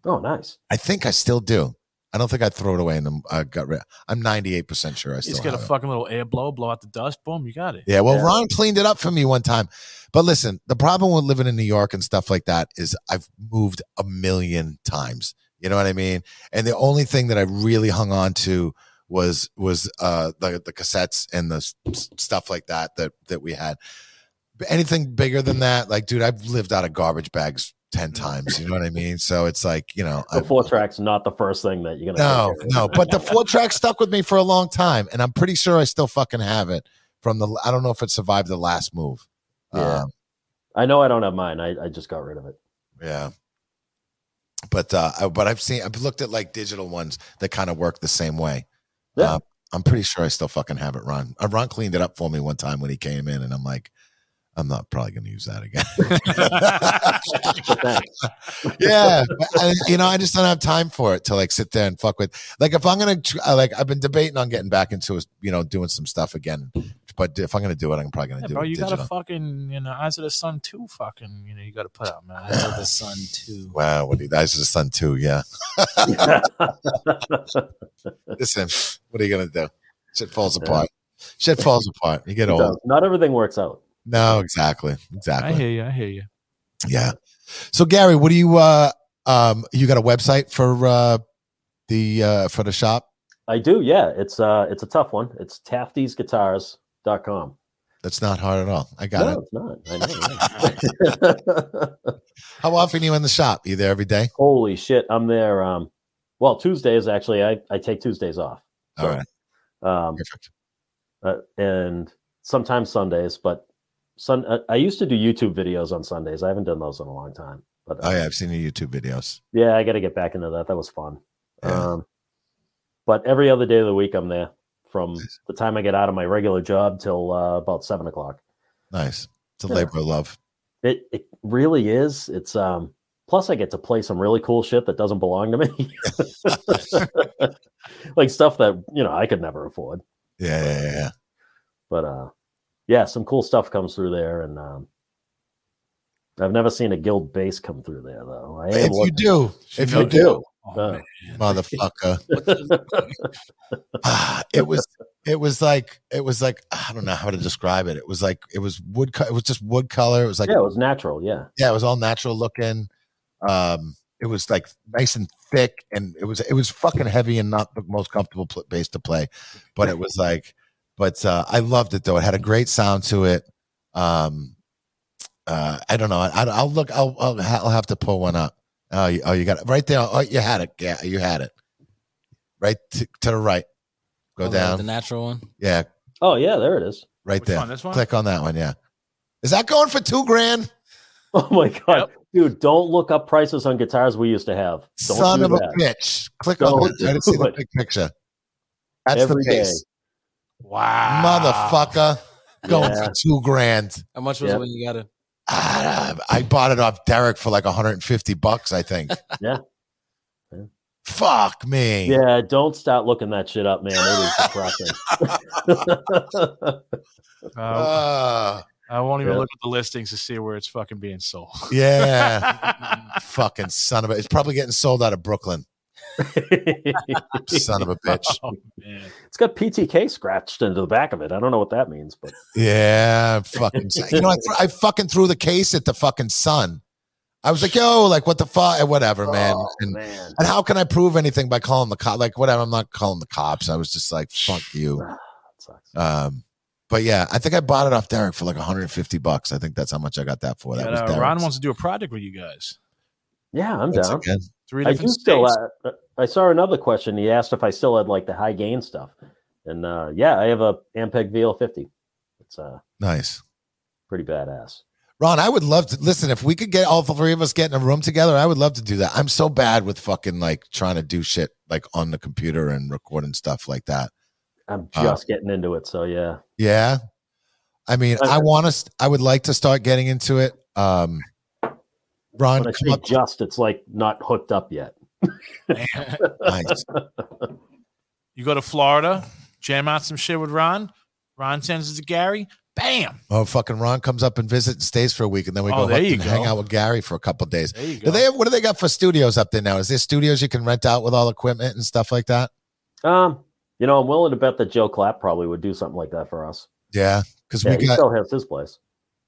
Oh, nice.
I think I still do. I don't think I throw it away and I got rid. uh, I'm 98 percent sure I
He's
still
got a
have it.
fucking little air blow, blow out the dust. Boom, you got it.
Yeah, well,
Yeah.
Ron cleaned it up for me one time. But listen, the problem with living in New York and stuff like that is I've moved a million times. You know what I mean? And the only thing that I really hung on to was was uh the, the cassettes and the s- s- stuff like that that that we had. But anything bigger than that, like dude, I've lived out of garbage bags ten times. You know what I mean? So it's like you know,
The
I-
four track's not the first thing that you're gonna.
no,
take care
no.
of.
But the four track stuck with me for a long time, and I'm pretty sure I still fucking have it from the. I don't know if it survived the last move.
Yeah.
Um,
I know I don't have mine. I, I just got rid of it.
Yeah. But uh, I- but I've seen I've looked at like digital ones that kind of work the same way.
Yeah.
Uh, I'm pretty sure I still fucking have it, Ron. Uh, Ron cleaned it up for me one time when he came in, and I'm like, I'm not probably going to use that again.
But thanks.
yeah, I, you know, I just don't have time for it to like sit there and fuck with. Like, if I'm gonna tr- I, like, I've been debating on getting back into you know doing some stuff again, but if I'm gonna do it, I'm probably gonna
Yeah,
do
bro,
it
you
digital.
gotta fucking you know eyes of the sun too. Fucking you know you gotta put out man.
I love the sun too.
Wow, what do you, that's the sun too. Yeah. Listen, what are you gonna do? Shit falls
Yeah.
apart. Shit falls apart. You get old.
Not everything works out.
No, exactly,
I
exactly.
hear you. I hear you.
Yeah. So, Gary, what do you? uh Um, you got a website for uh the uh for the shop?
I do, yeah. It's uh it's a tough one. It's taftiesguitars.com.
That's not hard at all. I got it.
No, it's not. I know. yeah.
How often are you in the shop? You there every day?
Holy shit, I'm there. Um, well, Tuesdays actually. I I take Tuesdays off.
All right,
Um,
perfect.
uh, and sometimes Sundays, but sun. Uh, I used to do YouTube videos on Sundays. I haven't done those in a long time. But uh,
Oh yeah, I've seen your YouTube videos.
yeah, I got to get back into that. That was fun.
Yeah.
Um, but every other day of the week, I'm there from the time I get out of my regular job till uh, about seven o'clock.
Nice. It's a
Yeah.
labor of love.
It it really is. It's um. Plus, I get to play some really cool shit that doesn't belong to me, like stuff that you know I could never afford.
Yeah, yeah, yeah, yeah.
but uh yeah some cool stuff comes through there and um i've never seen a guild base come through there though i am
If you
looking-
do, if you
knows.
do,
Oh,
Uh,
man.
motherfucker. Ah, it was it was like it was like I don't know how to describe it. It was like it was wood co- it was just wood color. It was like
yeah it was natural yeah
yeah, it was all natural looking. Um it was like nice and thick and it was it was fucking heavy and not the most comfortable pl- bass to play. But it was like but uh I loved it though. It had a great sound to it. Um uh I don't know. I, I'll look I'll, I'll ha- I'll have to pull one up. Oh, you, oh, you got it right there. Oh, you had it. Yeah, you had it. Right to, to the right. Go
Oh,
down.
The natural one.
Yeah,
oh yeah there it is
right
Which
there.
one, this one?
Click on that one. Yeah. Is that going for two grand?
oh my god dude don't look up prices on guitars we used to have don't
Son
do
of
that.
a bitch. Click on
Don't
that. Try to see
do
the
it.
big picture. That's
Every Ah.
the base.
Wow,
Motherfucker. Going
Yeah.
for two grand.
How much was
Yeah.
it when you got it?
Ah, I bought it off Derek for like 150 bucks, I think.
Yeah. Yeah.
Fuck me.
yeah don't start looking that shit up man it is depressing
Uh,
Ah,
I won't even
yeah.
look at the listings to see where it's fucking being sold.
yeah. Fucking son of a. It's probably getting sold out of Brooklyn. Son of a bitch.
Oh, man.
it's got ptk scratched into the back of it i don't know what that means but
Yeah, fucking. you know, I, th- I fucking threw the case at the fucking sun. I was like, "Yo, like, what the fuck? Whatever, man."
Oh,
And,
man.
and how can I prove anything by calling the cop? Like, whatever. I'm not calling the cops. I was just like, "Fuck you."
That sucks.
Um, but yeah, I think I bought it off Derek for like 150 bucks. I think that's how much I got that for. That was
But, uh,
Derek's.
Ron wants to do a project with you guys.
yeah i'm
That's
down
okay.
Three
I
different
do
states.
still. Uh, I saw another question. He asked if I still had like the high gain stuff, and uh, yeah, I have a Ampeg VL50. It's uh,
Nice,
pretty badass.
Ron. I would love to listen if we could get all three of us get in a room together. I would love to do that. I'm so bad with fucking like trying to do shit like on the computer and recording stuff like that.
I'm
Uh,
just getting into it, so yeah.
Yeah. I mean, I
Okay.
want to, I would like to start getting into it. Um, Ron,
When I
come
say
up.
just, it's like not hooked up yet.
Damn.
Nice.
You go to Florida, jam out some shit with Ron. Ron sends it to Gary. Bam.
Oh, fucking Ron comes up and visits and stays for a week. And then we
Oh,
go,
there
up
you
and hang
go.
out with Gary for a couple of days.
There you
Do
go.
they have, what do they got for studios up there now? Is there studios you can rent out with all equipment and stuff like that?
Um, you know, I'm willing to bet that Joe Clapp probably would do something like that for us.
Yeah. Cause
Yeah,
we
he
got,
still has his place.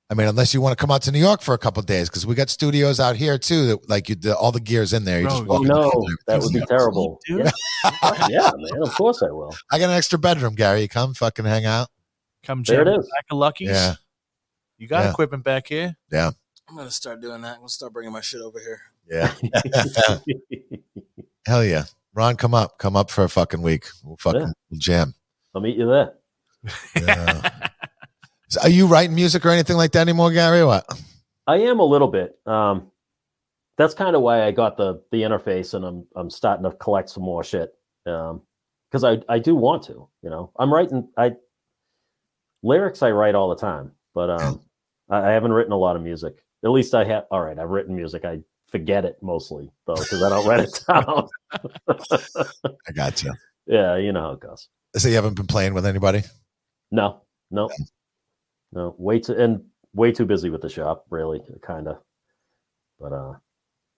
I mean, unless you want to come out to New York for a couple of days, because we got studios out here too. That like you, the, all the gears in there. You
Bro,
just
Oh
walk.
no,
around and
that would be
everything's up.
terrible.
dude.
Yeah. yeah, man, of course I will.
I got an extra bedroom, Gary. You come fucking hang out.
Come
There
jam
it
back
is.
of Lucky's.
Yeah.
You got
Yeah.
equipment back here.
I'm gonna start doing that. I'm gonna start bringing my shit over here.
Yeah. Hell yeah. Ron, come up. Come up for a fucking week. We'll fucking
Yeah.
we'll jam.
I'll meet you there.
Yeah. So are you writing music or anything like that anymore, Gary? What?
I am a little bit. Um, that's kind of why I got the the interface, and I'm I'm starting to collect some more shit because I I do want to. You know, I'm writing I lyrics I write all the time, but um, I, I haven't written a lot of music. At least I have. All right, I've written music. I forget it mostly though because I don't write it down.
I got you.
yeah, you know how it goes.
So you haven't been playing with anybody?
No, no, no. Way too and way too busy with the shop, really, kind of. But uh,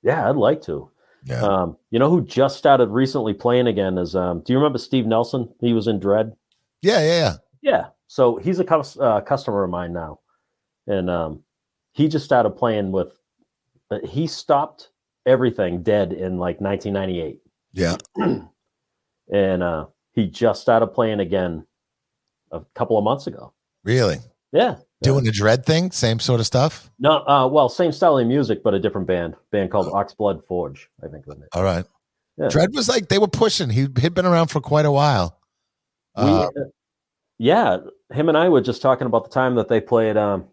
yeah, I'd like to.
Yeah.
Um, you know who just started recently playing again is um. Do you remember Steve Nelson? He was in Dread.
yeah, yeah, yeah.
Yeah. So he's a cus- uh, customer of mine now, and um, he just started playing with. uh, He stopped everything dead in like 1998,
Yeah.
and uh, he just started playing again a couple of months ago.
Really?
Yeah.
Doing the dread thing, same sort of stuff.
No, uh, well, same style of music, but a different band. Band called Oxblood Forge, I think. Wasn't it?
All right.
Yeah.
Dread was like they were pushing. He had been around for quite a while.
We,
Uh,
yeah, him and I were just talking about the time that they played. Um,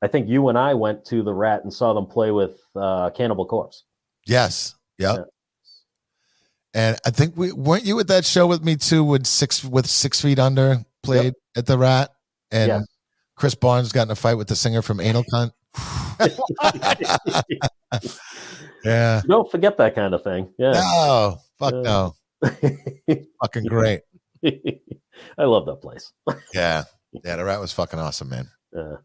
I think you and I went to the Rat and saw them play with uh, Cannibal Corpse.
yes. Yep.
Yeah.
And I think we weren't you at that show with me too. With six with six feet under played at the Rat, and
Yes.
Chris Barnes got in a fight with the singer from Anal Cunt. yeah.
Don't forget that kind of thing. Yeah,
No. Fuck
Yeah.
no. Fucking great.
I love that place. Uh,
Yeah. Yeah. The Rat was fucking awesome, man.
Yeah.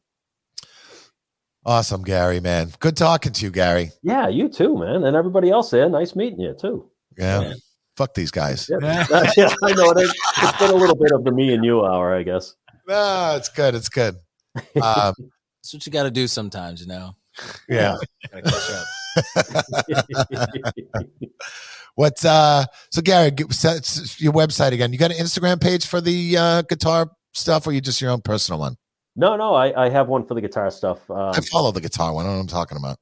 Awesome, Gary, man. Good talking to you, Gary.
yeah, you too, man, and everybody else there. Nice meeting you too.
Yeah.
Yeah.
Fuck these guys.
Yeah, yeah I know. It is. It's been a little bit of the me and you hour, I guess.
No, Ah, it's good. It's good. Um,
That's what you got to do sometimes, you know.
yeah. What's uh? So, Gary, g- s- s- your website again. You got an Instagram page for the uh, guitar stuff, or you just your own personal one?
no, no, I, I have one for the guitar stuff. Um,
I follow the guitar one. I know what I'm talking about.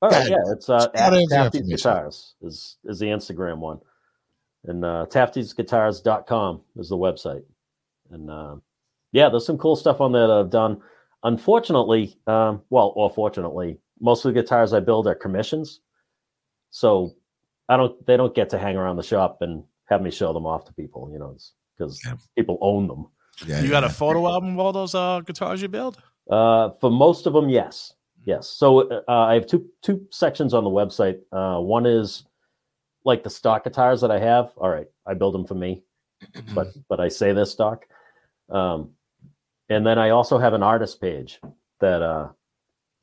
All right,
Yeah,
yeah, it's uh,
shout out
at
your
Tafty's
information.
Guitars is is the Instagram one, and uh, Tafty'sGuitars.com is the website, and uh, yeah, there's some cool stuff on there that I've done. Unfortunately, um, well, or fortunately, most of the guitars I build are commissions, so I don't they don't get to hang around the shop and have me show them off to people, you know, because
Yeah.
people own them.
Yeah,
You
yeah,
got a
yeah.
photo album of all those uh, guitars you build?
Uh, for most of them, yes, yes. So uh, I have two two sections on the website. Uh, one is like the stock guitars that I have. All right, I build them for me, but but I say this stock. Um, and then I also have an artist page that uh,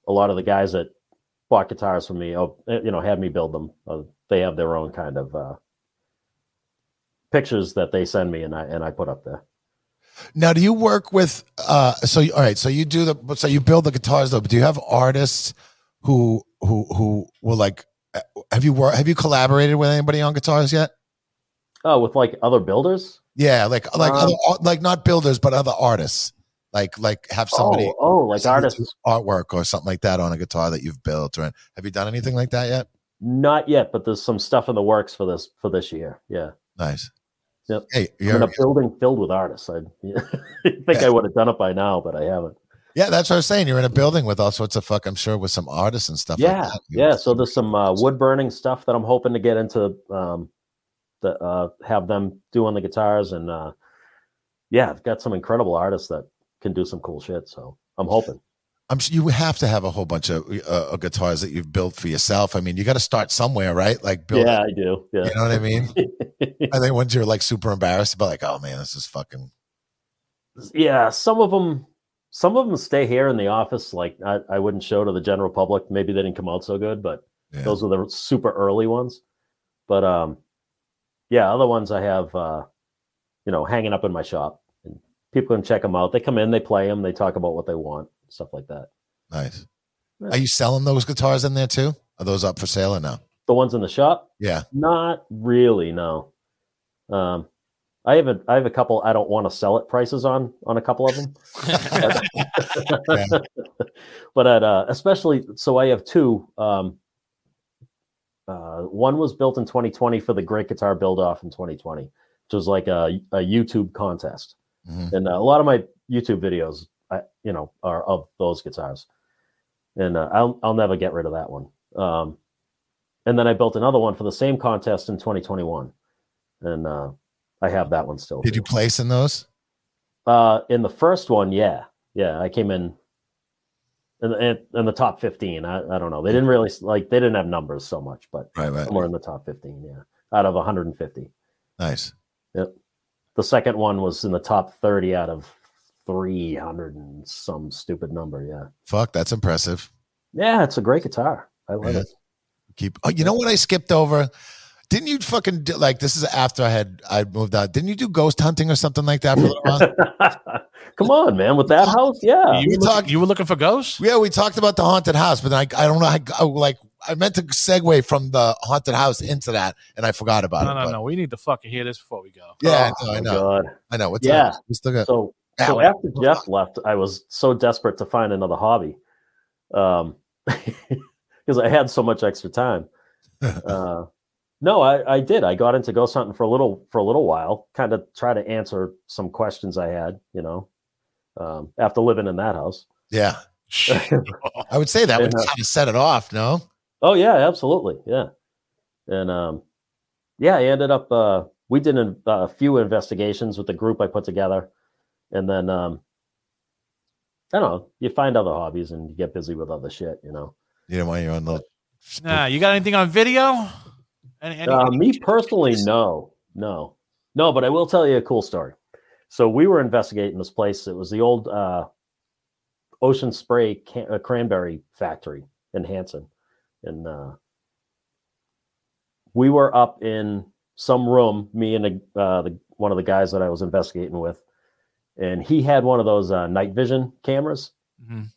a lot of the guys that bought guitars from me, oh, you know, had me build them. Uh, they have their own kind of uh, pictures that they send me, and I and I put up there.
Now, do you work with? Uh, so you- all right, so you do the so you build the guitars though. But do you have artists who who who will like? uh, Have you wor- have you collaborated with anybody on guitars yet?
Oh, with like other builders.
Yeah, like like
Um,
other, ar- like not builders, but other artists. Like like have somebody
oh, oh, like
somebody
artists.
do artwork or something like that on a guitar that you've built. Or have you done anything like that yet?
Not yet, but there's some stuff in the works for this for this year. Yeah,
Nice.
Yep.
Hey,
I'm in
you're,
a building filled with artists. I think I would have done it by now, but I haven't.
yeah, that's what I was saying. You're in a building with all sorts of fuck. I'm sure with some artists and stuff. like
yeah,
that. You-
yeah. So there's some uh, wood burning stuff that I'm hoping to get into. Um, the uh, have them do on the guitars, and uh, yeah, I've got some incredible artists that can do some cool shit. So I'm hoping.
I'm sure you have to have a whole bunch of uh, uh, guitars that you've built for yourself. I mean, you got to start somewhere, right? Like build.
Yeah, I do. Yeah.
You know what I mean? I think once you're like super embarrassed, but like, oh man, this is fucking.
yeah some of them some of them stay here in the office like i, I wouldn't show to the general public maybe they didn't come out so good but
Yeah.
those were the super early ones but um yeah other ones i have uh you know hanging up in my shop and people can check them out they come in they play them they talk about what they want stuff like that
Nice. Are you selling those guitars in there too? Are those up for sale or no?
the ones in the shop
Yeah.
not really no um i have a i have a couple i don't want to sell it prices on on a couple of them but at uh, especially so i have two um uh one was built in 2020 for the great guitar build off in 2020 which was like a, a youtube contest
Mhm.
and uh, a lot of my youtube videos I, you know are of those guitars and uh, I'll, I'll never get rid of that one Um, and then I built another one for the same contest in 2021, and uh, I have that one still.
Did
too.
you place in those?
Uh, in the first one, yeah, yeah, I came in in the, in- in the top 15. I, I don't know. They didn't really like they didn't have numbers so much, but
Right, right.
somewhere in the top 15, yeah, out of 150.
Nice.
The second one was in the top 30 out of 300 and some stupid number. Yeah,
Fuck, that's impressive.
yeah, it's a great guitar. I love
Yeah.
it.
Keep. Oh, you know what I skipped over? Didn't you fucking do, like this is after I had I moved out? Didn't you do ghost hunting or something like that for a little while?
Come on, man, with that house, yeah.
you,
we
were looking-
talked-
you were looking for ghosts?
Yeah, we talked about the haunted house, but like I don't know, I, I like I meant to segue from the haunted house into that, and I forgot about
No,
it.
no,
but-
no. We need to fucking hear this before we go.
Yeah,
Oh,
I
my
know, I know,
God.
I know. What's
Yeah.
up? We still got
So
Ow.
so after Jeff left, I was so desperate to find another hobby, um, because I had so much extra time. Uh, no, I, I did. I got into ghost hunting for a little for a little while, kind of try to answer some questions I had, you know, um, after living in that house.
yeah. I would say that would
Yeah.
kind of set it off. No,
Oh yeah, absolutely, yeah, and um, yeah, I ended up. Uh, we did a, a few investigations with the group I put together, and then um, I don't know. You find other hobbies and you get busy with other shit, you know.
you didn't want your own little.
Nah, you got anything on video? Any, any,
Uh, me personally, no, no, no. But I will tell you a cool story. So we were investigating this place. It was the old uh, Ocean Spray can- uh, cranberry factory in Hanson, and uh, we were up in some room. Me and a, uh, the, one of the guys that I was investigating with, and he had one of those uh, night vision cameras.
Mhm.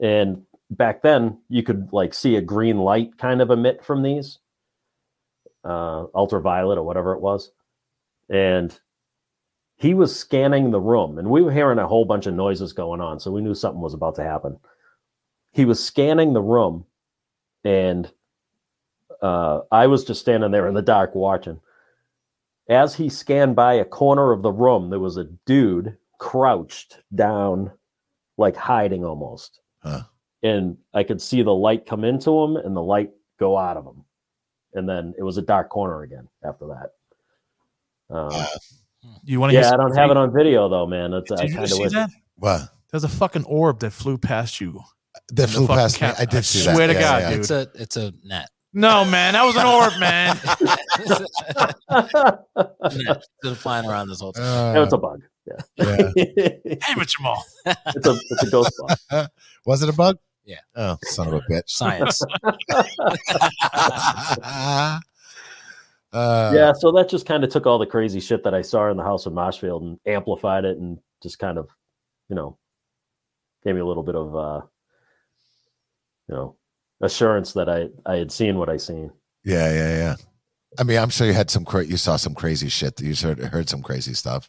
And back then, you could like see a green light kind of emit from these uh, ultraviolet or whatever it was. And he was scanning the room, and we were hearing a whole bunch of noises going on. So we knew something was about to happen. He was scanning the room, and uh, I was just standing there in the dark watching. As he scanned by a corner of the room, there was a dude crouched down, like hiding almost.
Huh.
And I could see the light come into him and the light go out of him and then it was a dark corner again after that. Um,
you want to
yeah, I don't have it on video though, man. That's I
Did you
kind
see
of wish.
that?
What
There's a fucking orb that flew past you.
that
the
flew
fucking
past me?
cat-
I
I
did see that.
swear to
Yeah,
God,
yeah.
dude.
It's a it's a net.
No, man, that was an orb, man.
net. Been flying around this whole time.
Uh,
It was a bug.
yeah.
it's
Damn it, Jamal.
a it's a ghost bug.
Was it a bug?
Yeah.
Oh, son of a bitch.
Science.
uh,
yeah, so that just kind of took all the crazy shit that I saw in the house in Marshfield and amplified it, and just kind of, you know, gave me a little bit of, uh, you know, assurance that I I had seen what I seen.
Yeah, yeah, yeah. I mean, I'm sure you had some cra- you saw some crazy shit. You heard heard some crazy stuff.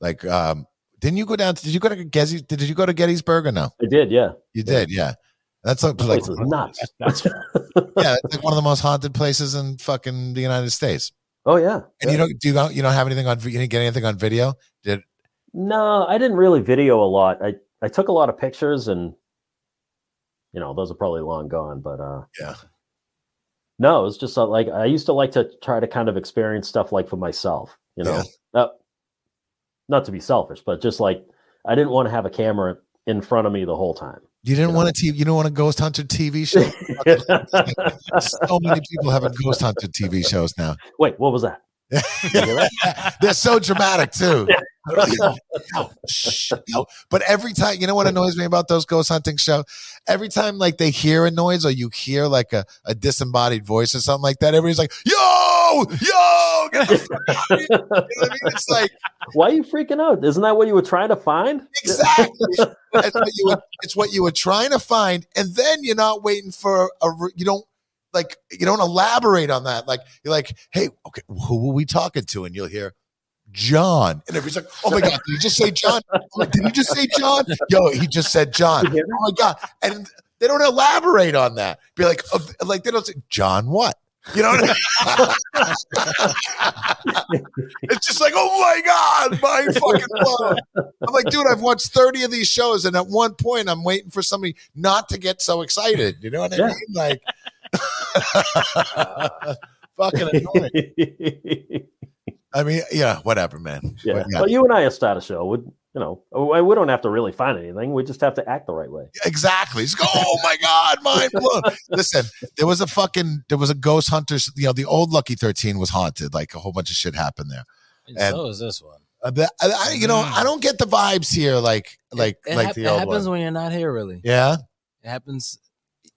Like, um, didn't you go down? did you go to Getty? Did you go to Gettysburg or no?
I did, yeah.
You did, yeah. That's like, like
Place is nuts.
yeah, it's like one of the most haunted places in fucking the United States.
Oh yeah.
And
yeah.
you don't do you don't you don't have anything on vi- you didn't get anything on video.
No, I didn't really video a lot. I I took a lot of pictures and you know, those are probably long gone, but uh
Yeah.
No, it was just uh, like I used to like to try to kind of experience stuff like for myself, you know. Uh, not to be selfish, but just like I didn't want to have a camera in front of me the whole time.
You didn't
You
want a TV. You don't want a ghost hunter TV show. so many people have a ghost hunter TV shows now.
Wait, what was that? You hear that?
They're so dramatic too. Ow, shh, ow. but every time, you know what annoys me about those ghost hunting shows? Every time, like they hear a noise or you hear like a, a disembodied voice or something like that, everybody's like, "Yo, yo!" Get the fuck out of here. You know what I mean? It's like
Why are you freaking out? Isn't that what you were trying to find?
exactly. That's what you were, it's what you were trying to find, and then you're not waiting for a. re- You don't like you don't elaborate on that. Like you're like, "Hey, okay, who were we talking to?" And you'll hear. John. And everybody's like, oh my God, did you just say John? I'm like, did you just say John? Yo, he just said John. Oh my God. And they don't elaborate on that. Be like, uh, like they don't say, John what? You know what I mean? it's just like, oh my God, my fucking blown. I'm like, dude, I've watched 30 of these shows. And at one point, I'm waiting for somebody not to get so excited. You know what I
Yeah.
mean? Like, Fucking annoying.
yeah.
I mean, yeah, whatever, man. But yeah,
But you and I will start a show. Would you know? We we don't have to really find anything. We just have to act the right way.
exactly. Just go, oh my God, mind blown. Listen, there was a fucking, there was a ghost hunters, you know, the old Lucky 13 was haunted. Like a whole bunch of shit happened there.
And
And-
so is this one.
Uh, but I, I- you know, I don't get the vibes here like, like,
Mm. it,
like
hap-
the
it
old
happens
one.
when you're not here, really.
Yeah.
It happens.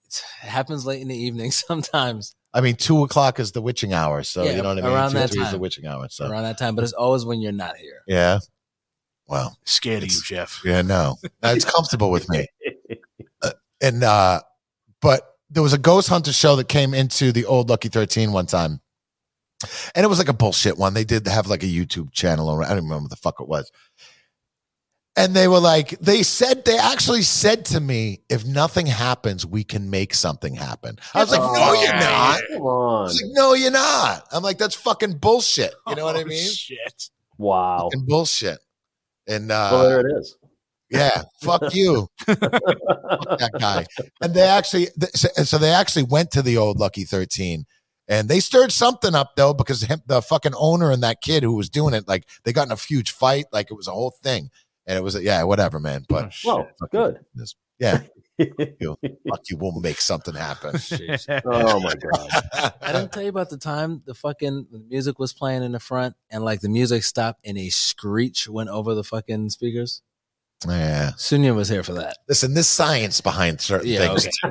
It happens late in the evening sometimes
I mean, two o'clock is the witching hour. So,
Yeah,
you know what I mean?
around
two,
that
two is the
time.
witching hour. So,
around that time, but it's always when you're not here.
yeah. Well,
Scared of you,
It's-
Jeff.
yeah, no, Uh, it's comfortable with me. and uh but there was a ghost hunter show that came into the old lucky 13 one time and it was like a bullshit one they did have like a youtube channel or i don't remember what the fuck it was and they were like they said they actually said to me if nothing happens we can make something happen i was like no
Oh,
you're not
Come
I
on!
was like, no you're not i'm like that's fucking bullshit you know what i
Oh,
mean
Shit.
Wow.
fucking bullshit and uh
Well, there it is.
yeah, fuck you, fuck that guy. And they actually, th- so- so they actually went to the old Lucky Thirteen, and they stirred something up though because him, the fucking owner and that kid who was doing it, like they got in a huge fight, like it was a whole thing, and it was yeah, whatever, man.
Oh,
But
shit.
Well, good.
yeah,
oh
fuck you, we'll make something happen.
my god!
I didn't tell you about the time the fucking the music was playing in the front and like the music stopped and a screech went over the fucking speakers.
yeah,
Sunya was here for that.
listen, this science behind certain
Yeah,
things.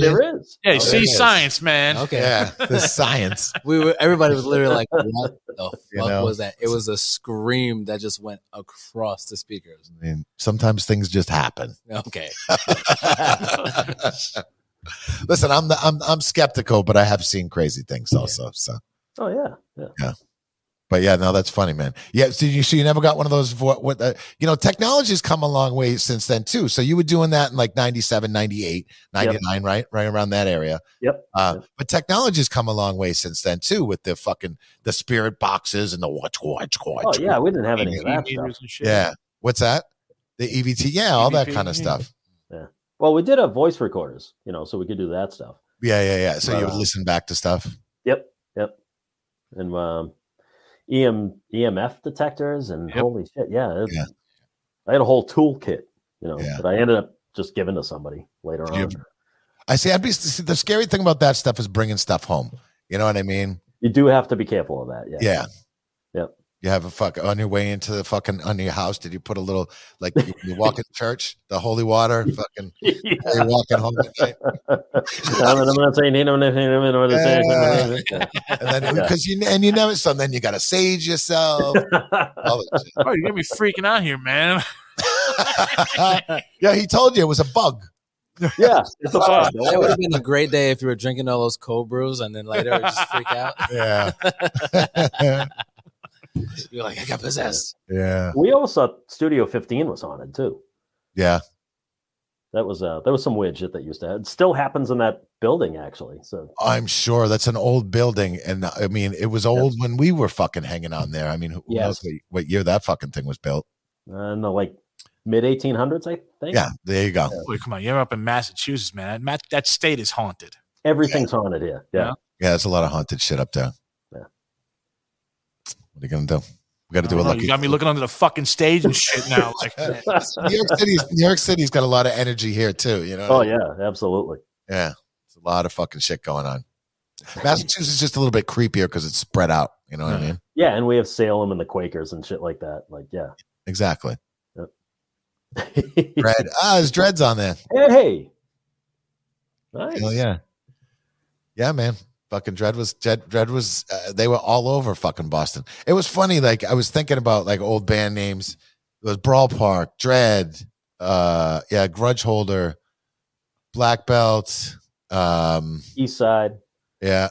there is.
Yeah, you
Oh,
see
yes.
science, man.
Okay.
Yeah, the science.
We were everybody was literally like, What the fuck
You know?
was that? It was a scream that just went across the speakers.
I mean, sometimes things just happen.
Okay.
Listen, I'm the, I'm I'm skeptical, but I have seen crazy things also. So,
Oh yeah, yeah.
but yeah, no, that's funny, man. Yeah, so you so you never got one of those. Vo- what uh, you know, technology's come a long way since then too. So you were doing that in like 97, 98, 99, right, right around that area.
Yep.
Uh,
Yep.
But technology's come a long way since then too, with the fucking the spirit boxes and the watch, watch, watch.
Oh yeah, we didn't have any of that
TV
stuff.
meters and shit.
yeah. What's that? The EVT, yeah, all that
EVT,
E
kind of
yeah.
stuff.
Well, we did have voice recorders, you know, so we could do that stuff.
Yeah, yeah, yeah. So you
Right
would
on.
listen back to stuff.
Yep, yep. And um, EM EMF detectors and
Yep.
holy shit, yeah, it-
Yeah.
I had a whole toolkit, you know,
Yeah.
that I ended up just giving to somebody later
Do you
on.
I see. I'd be see, the scary thing about that stuff is bringing stuff home. You know what I mean?
You do have to be careful of that. Yeah.
Yeah.
Yep.
You have a fuck on your way into the fucking on your house. Did you put a little like you, you walk in church, the holy water, fucking you're walking home, and then because you and you never. So then you got to sage yourself. all that shit.
Oh, you're gonna be freaking out here, man.
yeah, he told you it was a bug.
yeah, Uh, it's a bug.
That would have been a great day if you were drinking all those cold brews and then later you just freak out.
Yeah,
You're like, I got possessed.
yeah,
We always thought Studio 15 was haunted too.
yeah.
That was uh, that was some weird shit that used to. It still happens in that building actually. So
I'm sure that's an old building, and uh, I mean it was old when we were fucking hanging on there. I mean, who knows
Yes.
what, what year that fucking thing was built?
uh, in the like mid 1800s, I think.
Yeah, there you go.
Boy, come on, you're up in Massachusetts, man. That, that state is haunted.
everything's haunted here. Yeah.
Yeah, there's a lot of haunted shit up there.
Yeah.
What are you gonna do? We got to do a
I know,
lucky.
Oh, you got me looking under the fucking stage and shit now. Like,
New York City's New York City's got a lot of energy here too. You know.
oh yeah, absolutely.
Yeah, it's a lot of fucking shit going on. Massachusetts is just a little bit creepier because it's spread out. You know what I
Yeah.
mean?
Yeah, and we have Salem and the Quakers and shit like that. Like, yeah.
Exactly.
hey,
Dread. ah, there's dreads on there.
nice.
Hell yeah. Yeah, man. Fucking Dread was Dread, Dread was uh, they were all over fucking Boston. It was funny. Like I was thinking about like old band names. It was Brawl Park, Dread, uh, yeah, Grudge Holder, Black Belt, um,
East Side.
yeah,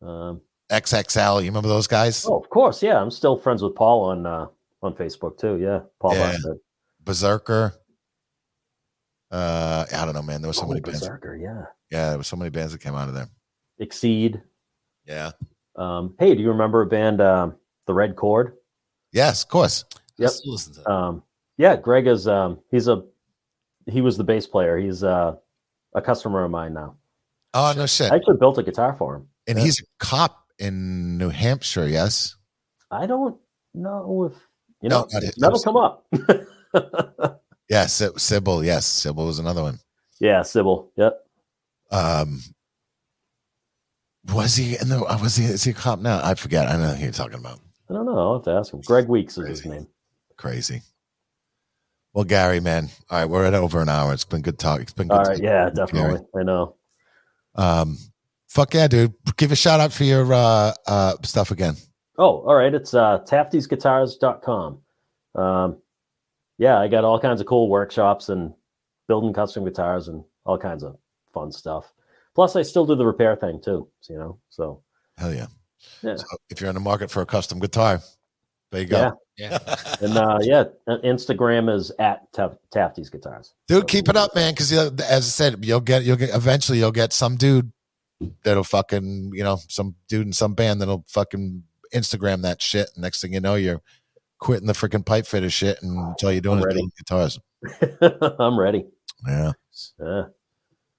Um,
XXL. You remember those guys?
oh, of course. Yeah, I'm still friends with Paul on uh, on Facebook too. Yeah, Paul.
Yeah.
Buster.
Berserker. Uh, I don't know, man. There was so
Oh,
many bands.
Berserker. Yeah.
Yeah, there was so many bands that came out of there.
Exceed.
Yeah.
Um, hey, do you remember a band, um, The Red Chord?
Yes, of course.
Yep.
Just listen to that.
Um, yeah, Greg is. Um, he's a. He was the bass player. He's uh, a customer of mine now.
Oh no shit!
I actually built a guitar for him.
and he's a cop in New Hampshire. Yes.
I don't know if you
No,
know
not it.
that'll come up.
Yeah, Sy- Sybil. Yes, Sybil was another one.
yeah, Sybil. Yep.
Um, was he in the? uh, Was he? Is he a cop now? I forget. I know who you're talking about.
I don't know. I'll have to ask him. Greg Weeks is his name.
Crazy. Well, Gary, man. All right, we're at over an hour. It's been good talk. It's been good.
All right.
talking
Yeah,
with you, Gary.
definitely. I know.
Um, fuck yeah, dude. Give a shout out for your uh uh stuff again.
Oh, all right. It's uh, taftiesguitars.com. Um, yeah, I got all kinds of cool workshops and building custom guitars and all kinds of fun stuff. Plus, I still do the repair thing too. You know, so
Hell yeah.
Yeah.
So if you're in the market for a custom guitar, there you go.
Yeah.
Yeah.
and uh, yeah, uh, Instagram is at Taf- Tafty's Guitars.
Dude, keep it up, man. Because as I said, you'll get you'll get eventually you'll get some dude that'll fucking you know some dude in some band that'll fucking Instagram that shit. And next thing you know, you're quitting the freaking pipe fitter shit, and that's all you're doing is
Already.
building guitars.
I'm ready.
Yeah.
Yeah.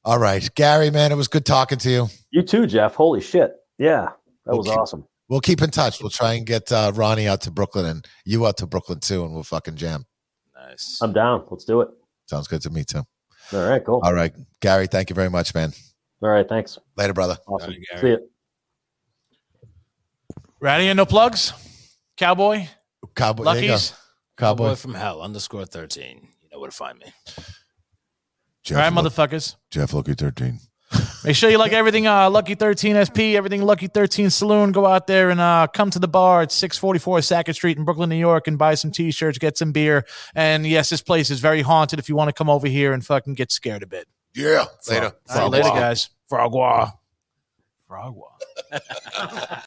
All right, Gary, man, it was good talking to you.
You too, Jeff. Holy shit. Yeah, that was
Okay.
awesome.
We'll keep in touch. We'll try and get uh, Ronnie out to Brooklyn and you out to Brooklyn too, and we'll fucking jam.
nice.
I'm down. Let's do it.
Sounds good to me too.
All right, cool.
All right, Gary, thank you very much, man.
All right, thanks.
Later, brother.
Awesome.
right, Gary.
See ya.
Ratty and no plugs. Cowboy.
Cowboy, there you go.
Luckies.
Cowboy.
Cowboy.
from Hell underscore thirteen. You know where to find me.
All right,
Jeff, Luck-
motherfuckers.
Jeff Lucky thirteen.
Make sure you like everything uh, Lucky 13 SP, everything Lucky 13 Saloon. Go out there and uh, come to the bar at 644 Sackett Street in Brooklyn, New York, and buy some t shirts, get some beer. And yes, this place is very haunted if you want to come over here and fucking get scared a bit.
Yeah. Later.
All right, later, guys. Frogwa. Frogwa.